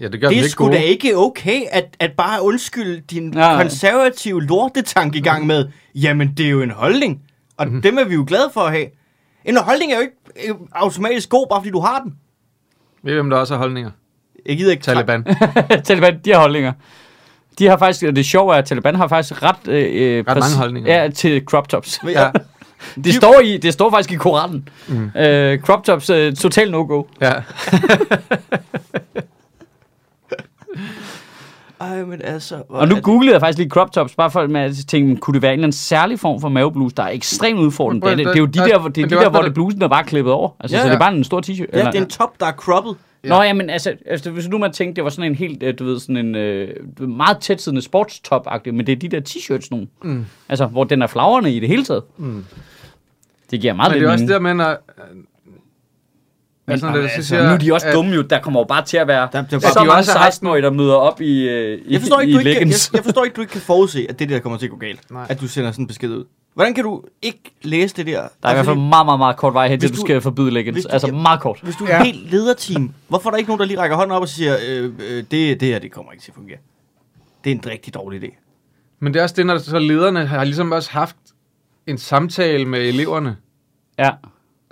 Speaker 2: Ja, det gør det
Speaker 3: det
Speaker 2: dem
Speaker 3: er
Speaker 2: ikke
Speaker 3: sgu
Speaker 2: gode.
Speaker 3: da ikke okay, at, at bare undskylde din
Speaker 1: Nej, nej.
Speaker 3: nej. konservative lortetankegang med, jamen det er jo en holdning, og mm-hmm. dem er vi jo glade for at have. En holdning er jo ikke øh, automatisk god, bare fordi du har den.
Speaker 2: Ved I, hvem der også har holdninger?
Speaker 3: Jeg gider ikke...
Speaker 2: Taliban.
Speaker 1: Taliban, de har holdninger. De har faktisk, og det sjove er, at Taliban har faktisk ret... Øh, ret
Speaker 2: mange holdninger.
Speaker 1: Ja, til crop tops.
Speaker 3: Men
Speaker 2: ja,
Speaker 3: jeg-
Speaker 1: Det står, i, det står faktisk i Koranen. Mm. Øh, crop tops, øh, total no-go.
Speaker 2: ja.
Speaker 3: Ej, men altså... hvor
Speaker 1: Og nu
Speaker 3: er det-
Speaker 1: googlede jeg faktisk lige crop tops, bare for at tænke, kunne det være en eller anden særlig form for mavebluse, der er ekstremt udfordrende? Det er, det, det er jo de der, hvor- det er
Speaker 2: Men
Speaker 1: de der
Speaker 2: det er også
Speaker 1: hvor
Speaker 2: det,
Speaker 1: det blusen er bare klippet over. Altså,
Speaker 3: Ja,
Speaker 1: så det er
Speaker 2: ja.
Speaker 1: bare en stor t-shirt.
Speaker 3: Ja, det er en top, der er cropped.
Speaker 1: Nå, ja, men altså, altså, hvis nu man tænkte, det var sådan en helt, øh, du ved, sådan en øh, meget tætsiddende sportstop -agtig, men det er de der t-shirts nu. Mm. Altså, hvor den er flagrende i det hele taget. Mm. Det giver meget
Speaker 2: Men det er også
Speaker 1: mening.
Speaker 2: det der med, når...
Speaker 1: Men,
Speaker 2: Altså, når
Speaker 1: jamen,
Speaker 2: det- så
Speaker 1: altså,
Speaker 2: siger-
Speaker 1: nu er de også
Speaker 2: at-
Speaker 1: dumme jo. Der kommer jo bare til at være der,
Speaker 3: Der-
Speaker 1: der
Speaker 3: der-
Speaker 1: så
Speaker 2: de
Speaker 1: mange
Speaker 2: også har haft
Speaker 1: 16-årige, der møder op i, øh, i,
Speaker 3: Jeg forstår, ikke,
Speaker 1: i
Speaker 3: du ikke, kan, jeg,
Speaker 1: leggings.
Speaker 3: jeg forstår ikke, du ikke kan forudse, at det der kommer til at gå galt.
Speaker 2: Nej.
Speaker 3: Nej. At du sender sådan en besked ud. Hvordan kan du ikke læse det der? Altså,
Speaker 1: Der er i hvert fald meget, meget, meget kort vej her, til
Speaker 3: Hvis
Speaker 1: du
Speaker 3: du-
Speaker 1: skal forbyde leggings.
Speaker 3: hvis du-
Speaker 1: Altså meget kort.
Speaker 3: Hvis du er
Speaker 2: Ja.
Speaker 3: ja. helt lederteam, hvorfor er der ikke nogen, der lige rækker hånden op og siger, øh, øh, det, det her, det kommer ikke til at fungere. Det er en rigtig dårlig idé.
Speaker 2: Men det er også det, når så lederne har ligesom også haft en samtale med eleverne,
Speaker 1: Ja.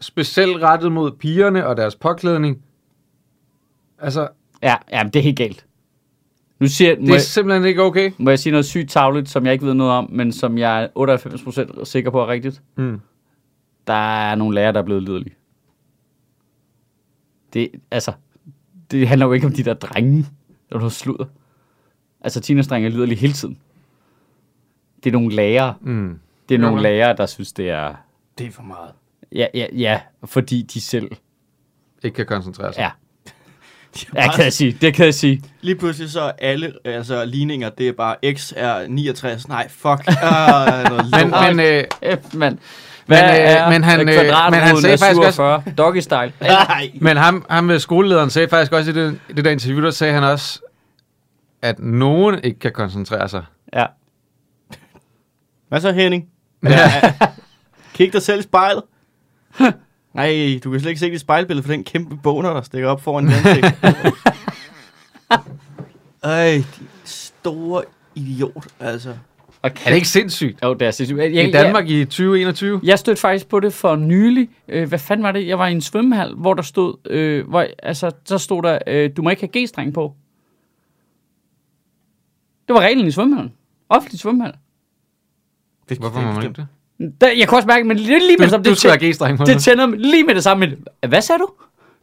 Speaker 2: specielt rettet mod pigerne og deres påklædning. Altså,
Speaker 1: Ja, ja men det er helt galt. Nu siger jeg, må,
Speaker 2: det er
Speaker 1: jeg,
Speaker 2: simpelthen ikke okay.
Speaker 1: må jeg sige noget sygt tavligt, som jeg ikke ved noget om, men som jeg er 98% sikker på er rigtigt.
Speaker 2: Mm.
Speaker 1: Der er nogle lærere, der er blevet liderlige. Det, altså, det handler jo ikke om de der drenge, der er noget sludder. Altså, teenage-drenge er liderlige hele tiden. Det er nogle lærere.
Speaker 2: Mm.
Speaker 1: Det er nogle
Speaker 2: Ja.
Speaker 1: lærere, der synes, det er...
Speaker 3: Det er for meget.
Speaker 1: Ja, ja, ja, fordi de selv...
Speaker 2: Ikke kan koncentrere sig.
Speaker 1: Ja, ja kan jeg sige. Det kan jeg sige.
Speaker 3: Lige pludselig så er alle altså, ligninger, det er bare X er 69. Nej, fuck. Ah, noget
Speaker 2: Men,
Speaker 1: Altså,
Speaker 3: lort.
Speaker 2: men øh,
Speaker 1: F, mand. Hvad
Speaker 2: Men, øh,
Speaker 1: er
Speaker 2: men han, øh,
Speaker 1: kvadratroden
Speaker 2: men han sagde
Speaker 1: af
Speaker 2: faktisk også-
Speaker 1: 47? Doggy style.
Speaker 3: Nej.
Speaker 2: Men ham, ham med skolelederen sagde faktisk også i det, det der interview, der sagde han også, at nogen ikke kan koncentrere sig.
Speaker 1: Ja.
Speaker 3: Hvad så, Henning?
Speaker 2: Ja.
Speaker 3: Kig dig selv i spejlet. Nej, du kan slet ikke se dit spejlbillede for den kæmpe boner, der stikker op foran din ansigt. Ej, de store idiot, altså.
Speaker 1: Og
Speaker 2: Er det ikke sindssygt?
Speaker 1: Jo, det er sindssygt. Jeg,
Speaker 2: I
Speaker 1: jeg,
Speaker 2: Danmark i 2021?
Speaker 1: Jeg, jeg stødte faktisk på det for nylig. Øh, hvad fanden var det? Jeg var i en svømmehal, hvor der stod... Øh, hvor, altså, så stod der, øh, du må ikke have G-streng på. Det var reglen i svømmehallen. Offentlig svømmehal.
Speaker 3: Det,
Speaker 2: Hvorfor må man ikke det?
Speaker 1: Der, jeg kunne også mærke, men lige, lige med det samme,
Speaker 2: Du, du
Speaker 1: altså, det, tæ,
Speaker 2: skal have G-streng på
Speaker 1: det tænder mig lige med det samme. Men, Hvad sagde du?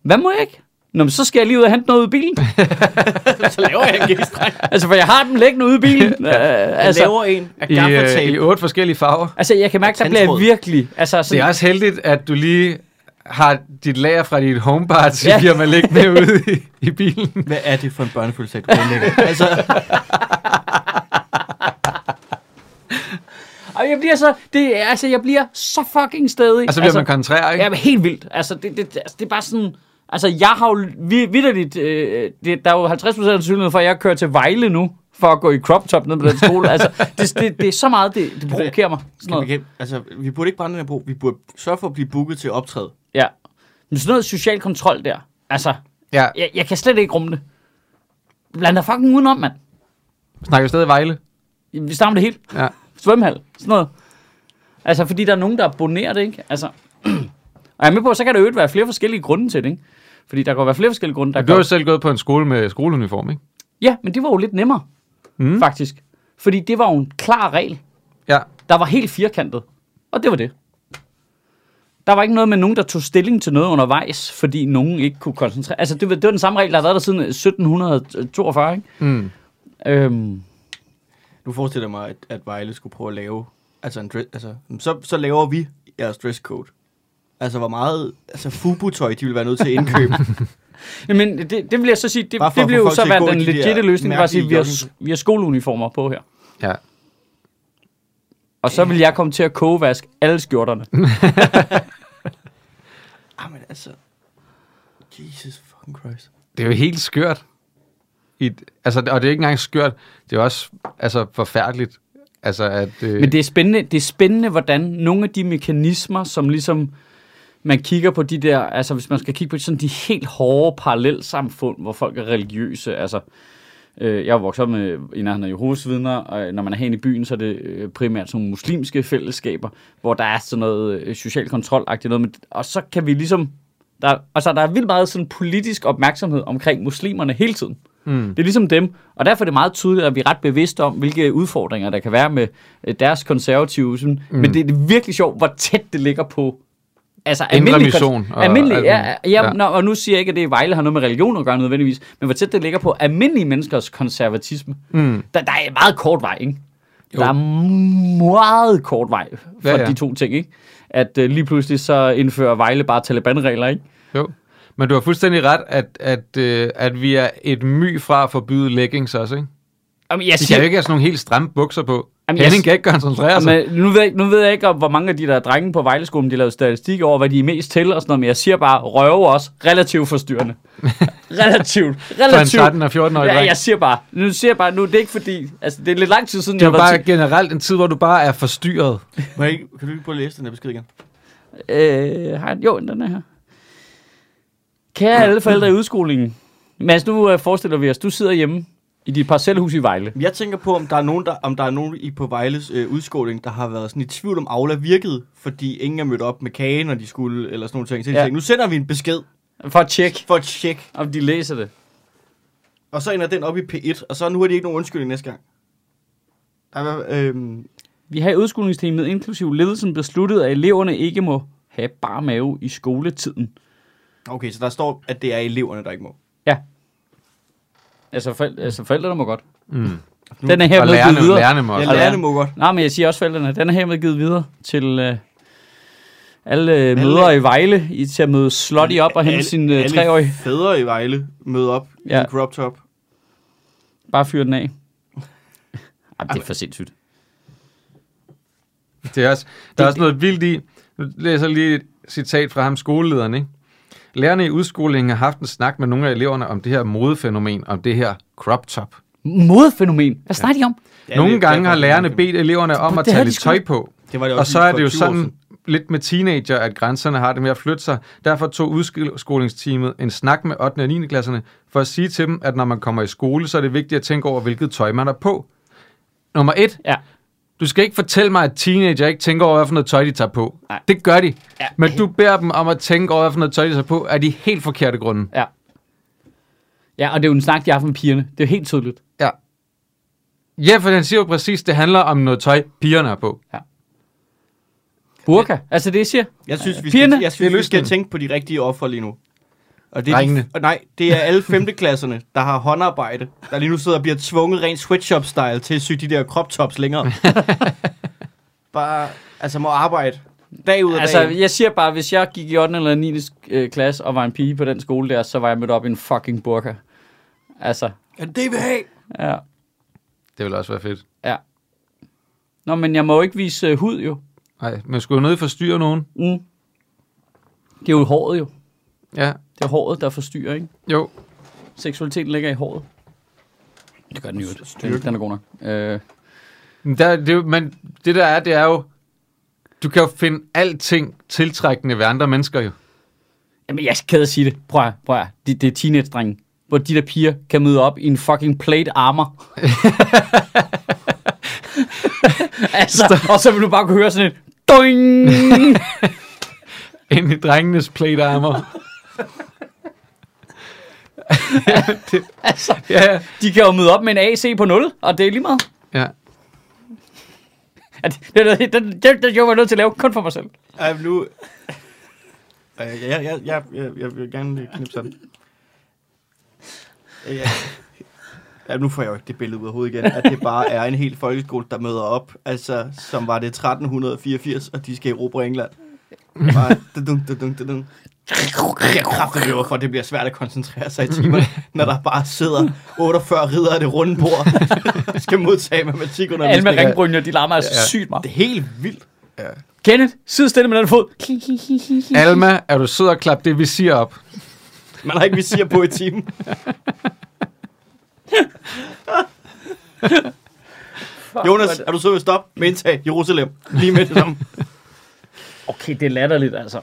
Speaker 1: Hvad må jeg ikke? Nå, men så skal jeg lige ud og hente noget ud i bilen.
Speaker 3: Så laver jeg en g-streng.
Speaker 1: altså, for jeg har dem liggende ude i bilen. Øh,
Speaker 3: Jeg
Speaker 1: altså,
Speaker 3: laver en af
Speaker 2: I, øh, I
Speaker 3: gaffertape.
Speaker 2: otte forskellige farver.
Speaker 1: Altså, jeg kan mærke, der bliver jeg
Speaker 3: Tandtråd.
Speaker 1: virkelig... Altså,
Speaker 2: Det er
Speaker 1: sådan,
Speaker 2: også heldigt, at du lige har dit lager fra dit homeparty,
Speaker 1: Ja.
Speaker 2: ja. giver man liggende ude i, i bilen.
Speaker 3: Hvad er det for en børnefølelse, du planlægger? altså,
Speaker 1: og jeg bliver så... Det, er- altså, jeg bliver så fucking stedig.
Speaker 2: Og så bliver altså, man kontrær, ikke?
Speaker 1: Ja, men helt vildt. Altså, det, det, altså, det er bare sådan... Altså, jeg har jo vi- vitterligt... Øh, det, der er jo 50 procent sandsynlighed for, at jeg kører til Vejle nu, for at gå i crop top ned på den skole. altså, det, det, det, er så meget, det, det provokerer mig. Sådan
Speaker 3: kan vi,
Speaker 1: noget.
Speaker 3: kan, altså, vi burde ikke brænde den her bro. Vi burde sørge for at blive booket til optræde.
Speaker 1: Ja. Men sådan noget social kontrol der. Altså,
Speaker 2: Ja.
Speaker 1: jeg, jeg kan slet ikke rumme det. Bland dig fucking udenom, mand.
Speaker 2: Snakker vi stadig Vejle?
Speaker 1: Vi starter med det hele.
Speaker 2: Ja.
Speaker 1: svømmehal, sådan noget. Altså, fordi der er nogen, der abonnerer det, ikke? Altså, og jeg er med på, så kan der jo være flere forskellige grunde til det, ikke? Fordi der kan jo være flere forskellige grunde, der
Speaker 2: Du har jo
Speaker 1: kan...
Speaker 2: selv gået på en skole med skoleuniform, ikke?
Speaker 1: Ja, men det var jo lidt nemmere, mm. faktisk. Fordi det var jo en klar regel,
Speaker 2: Ja.
Speaker 1: der var helt firkantet. Og det var det. Der var ikke noget med nogen, der tog stilling til noget undervejs, fordi nogen ikke kunne koncentrere... Altså, det var, det var den samme regel, der har været der siden øh, 1742, ikke?
Speaker 2: Mm.
Speaker 1: Øhm,
Speaker 3: Nu forestiller jeg mig, at, at Vejle skulle prøve at lave... Altså, en dress, altså så, så laver vi jeres dresscode. Altså, hvor meget altså, fubu-tøj, de vil være nødt til at indkøbe.
Speaker 1: men det, det vil jeg så sige, det,
Speaker 3: Bare for
Speaker 1: det
Speaker 3: at
Speaker 1: vil
Speaker 3: få
Speaker 1: jo
Speaker 3: folk
Speaker 1: så
Speaker 3: til at
Speaker 1: være
Speaker 3: gå i
Speaker 1: den
Speaker 3: de der
Speaker 1: legitime løsning, bare at sige, vi har,
Speaker 3: mærkelige
Speaker 1: vi har skoleuniformer på her.
Speaker 2: Ja.
Speaker 1: Og så vil jeg komme til at kogevaske alle skjorterne.
Speaker 3: Jamen, altså... Jesus fucking Christ.
Speaker 2: Det er jo helt skørt. I, et- altså, og det er ikke engang skørt, det er også altså, forfærdeligt. Altså, at, øh,
Speaker 1: Men det er spændende, det er spændende hvordan nogle af de mekanismer, som ligesom man kigger på de der, altså hvis man skal kigge på sådan de helt hårde parallelsamfund, hvor folk er religiøse, altså øh, jeg er vokset op med i nærheden af Jehovas vidner, og øh, når man er herinde i byen, så er det øh, primært sådan nogle muslimske fællesskaber, hvor der er sådan noget øh, social kontrolagtigt noget, men, og så kan vi ligesom, der, altså der er vildt meget sådan politisk opmærksomhed omkring muslimerne hele tiden. Mm. Det er ligesom dem, og derfor er det meget tydeligt, at vi er ret bevidste om, hvilke udfordringer der kan være med øh, deres konservative. Sådan. Mm. Men det er virkelig sjovt, hvor tæt det ligger på altså,
Speaker 2: Indre
Speaker 1: almindelig,
Speaker 2: mission og
Speaker 1: almindelig,
Speaker 2: alt
Speaker 1: ja,
Speaker 2: muligt.
Speaker 1: ja,
Speaker 2: Ja.
Speaker 1: ja. Nå, og nu siger jeg ikke, at det i Vejle har noget med religion at gøre nødvendigvis, men hvor tæt det ligger på almindelige menneskers konservatisme. Mm. Der, der er meget kort vej, ikke? Jo. Der er meget kort vej fra
Speaker 2: Ja,
Speaker 1: ja,
Speaker 2: ja.
Speaker 1: ja. de to ting, ikke? At øh, lige pludselig så indfører Vejle bare Taliban-regler, ikke?
Speaker 2: Jo. Men du har fuldstændig ret, at, at, øh, at vi er et my fra at forbyde leggings også, ikke?
Speaker 1: Jamen, jeg
Speaker 2: De kan
Speaker 1: siger,
Speaker 2: jo ikke altså- have sådan nogle helt stramme bukser på.
Speaker 1: Jamen,
Speaker 2: Jamen,
Speaker 1: jeg-
Speaker 2: Henning kan ikke koncentrere sig.
Speaker 1: Men øh, nu ved, jeg, ikke- nu ved jeg ikke, om, hvor mange af de der drenge på Vejleskolen, de lavede statistik over, hvad de er mest til og sådan noget, men jeg siger bare, røve også relativt forstyrrende. relativt.
Speaker 2: For en
Speaker 1: Relativt.
Speaker 2: 13 og 14 årig
Speaker 1: Ja,
Speaker 2: dreng.
Speaker 1: jeg siger bare, nu siger jeg bare, nu det er ikke fordi, altså det er lidt lang tid siden,
Speaker 2: Det er
Speaker 1: jeg
Speaker 2: jo
Speaker 1: har været
Speaker 2: bare
Speaker 1: til,
Speaker 2: generelt en tid, hvor du bare er
Speaker 1: Mm.
Speaker 2: forstyrret.
Speaker 3: Må jeg ikke, kan du ikke prøve at læse den her besked igen?
Speaker 1: Øh, har jeg, jo, den er her. Kære alle forældre i udskolingen. Mads, nu øh, forestiller vi os, du sidder hjemme I dit parcelhus i Vejle.
Speaker 3: Jeg tænker på, om der er nogen, der, om der er nogen i på Vejles øh, udskåling, der har været sådan i tvivl om Aula virkede, fordi ingen er mødt op med kage, når de skulle, eller sådan nogle ting. Så de
Speaker 1: Ja.
Speaker 3: ja. tænkte, nu sender vi en besked
Speaker 1: For at tjekke,
Speaker 3: for et tjek.
Speaker 1: om de læser det.
Speaker 3: Og så ender den op i P1, og så nu har de ikke nogen undskyldning næste gang. Der var, øhm,
Speaker 1: Vi har i udskolingsteamet inklusiv ledelsen besluttet, at eleverne ikke må have bar mave i skoletiden.
Speaker 3: okay, så der står, at det er eleverne, der ikke må.
Speaker 1: Altså, for, altså forældrene må godt.
Speaker 2: Mm.
Speaker 1: Den er her med givet
Speaker 2: Og lærerne,
Speaker 1: videre.
Speaker 2: lærerne må
Speaker 3: Jeg
Speaker 2: også.
Speaker 1: Og
Speaker 3: lærer
Speaker 1: lærerne.
Speaker 3: det må godt.
Speaker 1: Nej, men jeg siger også forældrene. Den er hermed givet videre til øh, alle øh,
Speaker 3: Alle-
Speaker 1: mødre i Vejle i, til at møde Slotty op og hente
Speaker 3: Alle-
Speaker 1: sin øh,
Speaker 3: alle
Speaker 1: treårige.
Speaker 3: fædre i Vejle møder op ja.
Speaker 1: Ja.
Speaker 3: i en crop top.
Speaker 1: Bare fyre den af. Ej, det er for sindssygt.
Speaker 2: Det er også, der er også noget vildt i, nu læser jeg lige et citat fra ham, skolelederen, ikke? Lærerne i udskolingen har haft en snak med nogle af eleverne om det her modefænomen, om det her crop top.
Speaker 1: Modefænomen. Hvad snakker de om?
Speaker 3: Ja,
Speaker 2: nogle
Speaker 3: det-
Speaker 2: gange
Speaker 3: derfor-
Speaker 2: har lærerne bedt eleverne om
Speaker 1: Det
Speaker 2: at
Speaker 1: havde
Speaker 2: tage
Speaker 1: de
Speaker 2: lidt
Speaker 1: sgu
Speaker 2: tøj
Speaker 1: ikke.
Speaker 2: på.
Speaker 3: Det var det også
Speaker 2: Og så
Speaker 3: lige
Speaker 2: er
Speaker 3: for
Speaker 2: det jo
Speaker 3: 20 år
Speaker 2: sådan
Speaker 3: siden.
Speaker 2: lidt med teenager, at grænserne har det med at flytte sig. Derfor tog udskolingsteamet en snak med 8. og 9. klasserne for at sige til dem, at når man kommer i skole, så er det vigtigt at tænke over, hvilket tøj man har på. Nummer et,
Speaker 1: Ja.
Speaker 2: du skal ikke fortælle mig, at teenager ikke tænker over, hvad for noget tøj de tager på.
Speaker 1: Nej.
Speaker 2: Det gør de.
Speaker 1: Ja.
Speaker 2: Men du beder dem om at tænke over, hvad for noget tøj de tager på, af de helt forkerte grunde.
Speaker 1: Ja. Ja, og det er jo en snak, de har haft med pigerne. Det er jo helt tydeligt.
Speaker 2: Ja. Ja, for den siger jo præcis, det handler om noget tøj, pigerne har på.
Speaker 1: Burka. Altså det, jeg siger.
Speaker 3: Jeg synes, vi
Speaker 1: Pigerne,
Speaker 3: skal, jeg
Speaker 2: det er
Speaker 3: synes, vi skal
Speaker 2: løsningen.
Speaker 3: tænke på de rigtige offer lige nu. Og det er
Speaker 2: Drengene.
Speaker 3: De, og nej, det er alle femteklasserne, der har håndarbejde, der lige nu sidder og bliver tvunget rent sweatshop-style til at sy de der crop tops længere. Bare, altså må arbejde dag ud og
Speaker 1: Altså,
Speaker 3: altså, dag. ind.
Speaker 1: jeg siger bare, hvis jeg gik i 8. eller 9. øh, klasse og var en pige på den skole der, så var jeg mødt op i en fucking burka. Altså,
Speaker 3: Er det det, vi har?
Speaker 1: ja.
Speaker 2: Det ville også være fedt.
Speaker 1: Nå, men jeg må jo ikke vise øh, hud, jo.
Speaker 2: Nej, men skulle jo nødt forstyrre nogen.
Speaker 1: Mm. Det er jo håret, jo.
Speaker 2: Ja,
Speaker 1: Det er håret, der forstyrrer, ikke?
Speaker 2: jo.
Speaker 1: Seksualiteten ligger i håret. Det gør den jo. Den,
Speaker 3: Styrken.
Speaker 1: den er god nok. Øh,
Speaker 2: Men Der, det, er jo- men det der er, det er jo, du kan jo finde alting tiltrækkende ved andre mennesker jo.
Speaker 1: jamen, jeg er ked af at sige det. Prøv at, prøv at. Det, det er teenage hvor de der piger kan møde op i en fucking plate armor. altså, og så vil du bare kunne høre sådan et doing.
Speaker 2: Ind i drengenes plate armor.
Speaker 1: altså,
Speaker 2: ja,
Speaker 1: de kan jo møde op med en AC på 0, og det er lige meget.
Speaker 2: ja.
Speaker 1: Ja, det- det- Den, den, den joke var jeg nødt til at lave kun for mig selv.
Speaker 3: Ej, men nu... Ej, Jeg, jeg, jeg, jeg, jeg, jeg vil gerne lige knipse af den. Ej, Jeg, ja, nu får jeg jo ikke det billede ud af hovedet igen, at det bare er en hel folkeskole, der møder op, altså, som var det 1384, og de skal erobre England. Bare, dudung, dudung, dudung. Jeg kræfter det for, at det bliver svært at koncentrere sig i timerne, når der bare sidder 48 ridder af det runde bord, og skal modtage
Speaker 1: Alle med
Speaker 3: matematikundervisning.
Speaker 1: ringbrynjer, de larmer altså
Speaker 2: Ja.
Speaker 1: sygt meget.
Speaker 3: Det er helt vildt.
Speaker 1: Kenneth, sid stille med den fod.
Speaker 2: Alma, er du sød og klap det, vi siger op?
Speaker 3: Man har ikke visir på i timen. Jonas, er du sød ved stop med indtag Jerusalem? Lige med det samme.
Speaker 1: Okay, det er latterligt, altså.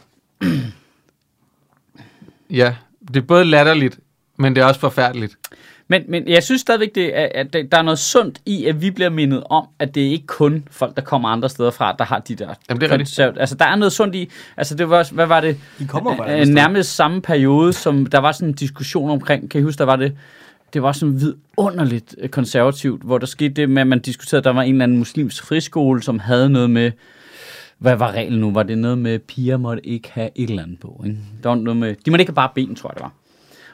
Speaker 2: Ja, det er både latterligt, men det er også forfærdeligt.
Speaker 1: Men, men jeg synes stadigvæk, det er, at der der er noget sundt i, at vi bliver mindet om, at det er ikke kun folk, der kommer andre steder fra, der har de der...
Speaker 2: Jamen, det er rigtigt.
Speaker 1: konserv- Altså, der er noget sundt i... Altså, det var også... Hvad var det?
Speaker 3: De kommer bare
Speaker 1: Øh, nærmest samme periode, som der var sådan en diskussion omkring... Kan I huske, der var det... Det var sådan vidunderligt øh, konservativt, hvor der skete det med, at man diskuterede, at der var en eller anden muslimsk friskole, som havde noget med... Hvad var reglen nu? Var det noget med, at piger måtte ikke have et eller andet på? Ikke? Der var noget med, de måtte ikke have bare ben, tror jeg, det var.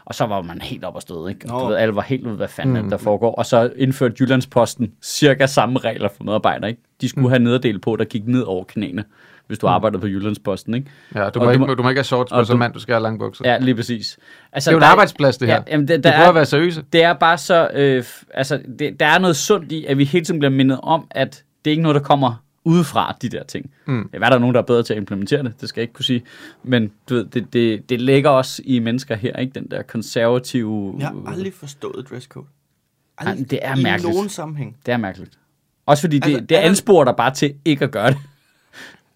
Speaker 1: Og så var man helt op og støde, ikke? Og du
Speaker 3: Nå.
Speaker 1: ved, alle var helt ud, hvad fanden mm. der foregår. Og så indførte Jyllandsposten cirka samme regler for medarbejdere, ikke? De
Speaker 2: Mm.
Speaker 1: skulle have nederdel på, der gik ned over knæene, hvis du arbejdede på Jyllandsposten, ikke?
Speaker 2: Ja, du
Speaker 1: Og
Speaker 2: må,
Speaker 1: du
Speaker 2: ikke,
Speaker 1: må-
Speaker 2: du må ikke have shorts på
Speaker 1: og
Speaker 2: som
Speaker 1: du-
Speaker 2: mand, du skal have lange bukser. Ja,
Speaker 1: Ja, lige præcis.
Speaker 2: det
Speaker 1: Altså,
Speaker 2: er jo en
Speaker 1: der
Speaker 2: arbejdsplads, det her.
Speaker 1: Ja, jamen, det,
Speaker 2: du
Speaker 1: der
Speaker 2: prøver
Speaker 1: er,
Speaker 2: at være seriøse.
Speaker 1: det er bare så... Øh, f- altså, det, der er noget sundt i, at vi hele tiden bliver mindet om, at det er ikke noget, der kommer udefra, de der ting. Mm. Det er være, der er nogen, der er bedre til at implementere det, det skal jeg ikke kunne sige. Men du ved, det, det, det ligger også i mennesker her, ikke? Den der konservative...
Speaker 3: Jeg har aldrig forstået dresscode.
Speaker 1: Ej, det er
Speaker 3: I
Speaker 1: mærkeligt.
Speaker 3: nogen sammenhæng.
Speaker 1: Det er mærkeligt. Også fordi det,
Speaker 3: Altså,
Speaker 1: det
Speaker 3: er-
Speaker 1: ansporer dig bare til ikke at gøre det.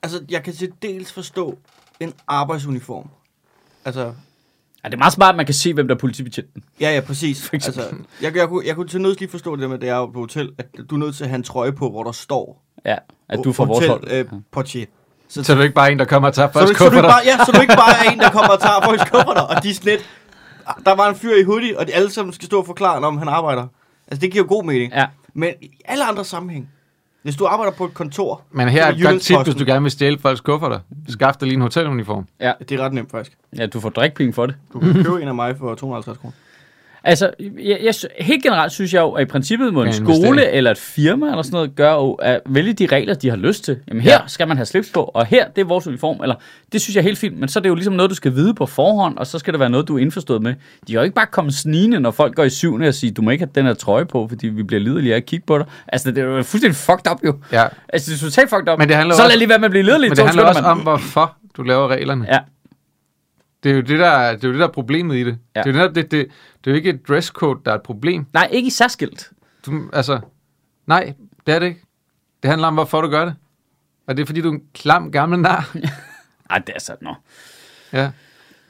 Speaker 3: Altså, jeg kan til dels forstå en arbejdsuniform. Altså,
Speaker 1: Ja, det er meget smart, at man kan se, hvem der er politibetjenten.
Speaker 3: Ja, ja, præcis. Altså, jeg, jeg, kunne, jeg kunne til nøds lige forstå det der med, at jeg er på hotel, at du er nødt til at have en trøje på, hvor der står
Speaker 1: Ja, at du får vores
Speaker 3: hotel,
Speaker 1: hold.
Speaker 3: Øh, portier.
Speaker 2: Så er du ikke bare en, der kommer og tager
Speaker 3: Så, du,
Speaker 2: først
Speaker 3: så, du ikke
Speaker 2: kufferter.
Speaker 3: bare, ja, så du ikke bare er en, der kommer og tager folks kufferter, og de er sådan lidt... Der var en fyr i hoodie, og de alle sammen skal stå og forklare, når han arbejder. Altså, det giver jo god mening.
Speaker 1: Ja.
Speaker 3: Men i alle andre sammenhæng, hvis du arbejder på et kontor...
Speaker 2: Men her er et godt tip, hvis
Speaker 3: Jyllands-Posten.
Speaker 2: du gerne vil stjæle folks kufferter. Skaf dig lige en hoteluniform.
Speaker 3: Ja, det er ret nemt, faktisk.
Speaker 1: Ja, du får drikpenge for det.
Speaker 3: Du kan købe en af mig for 250 kroner.
Speaker 1: Altså, jeg, jeg, sy- helt generelt synes jeg jo, at i princippet må en
Speaker 2: Ja,
Speaker 1: skole
Speaker 2: investering.
Speaker 1: eller et firma eller sådan noget gøre, jo, at vælge de regler, de har lyst til. Jamen her ja. skal man have slips på, og her, det er vores uniform. Eller, det synes jeg er helt fint, men så er det jo ligesom noget, du skal vide på forhånd, og så skal det være noget, du er indforstået med. De har jo ikke bare kommet snigende, når folk går i syvende og siger, du må ikke have den her trøje på, fordi vi bliver lidelige af at kigge på dig. Altså, det er jo fuldstændig fucked up jo.
Speaker 2: Ja.
Speaker 1: Altså, det er totalt fucked up.
Speaker 2: Men det handler
Speaker 1: så
Speaker 2: jo
Speaker 1: lad
Speaker 2: også-
Speaker 1: lige være med at blive lidelig. i
Speaker 2: Men
Speaker 1: to
Speaker 2: det handler også
Speaker 1: sekunder,
Speaker 2: om,
Speaker 1: mand.
Speaker 2: hvorfor du laver reglerne.
Speaker 1: Ja,
Speaker 2: Det er jo det, der, er- det er, jo det, der er problemet i det.
Speaker 1: Ja.
Speaker 2: Det, er jo netop det, det. det er jo ikke et dresscode, der er et problem.
Speaker 1: nej, ikke i særskilt.
Speaker 2: Du, altså, nej, det er det ikke. Det handler om, hvorfor du gør det. Og det er, fordi du er en klam gammel nar.
Speaker 1: Ej, det er altså- sådan noget.
Speaker 2: Ja.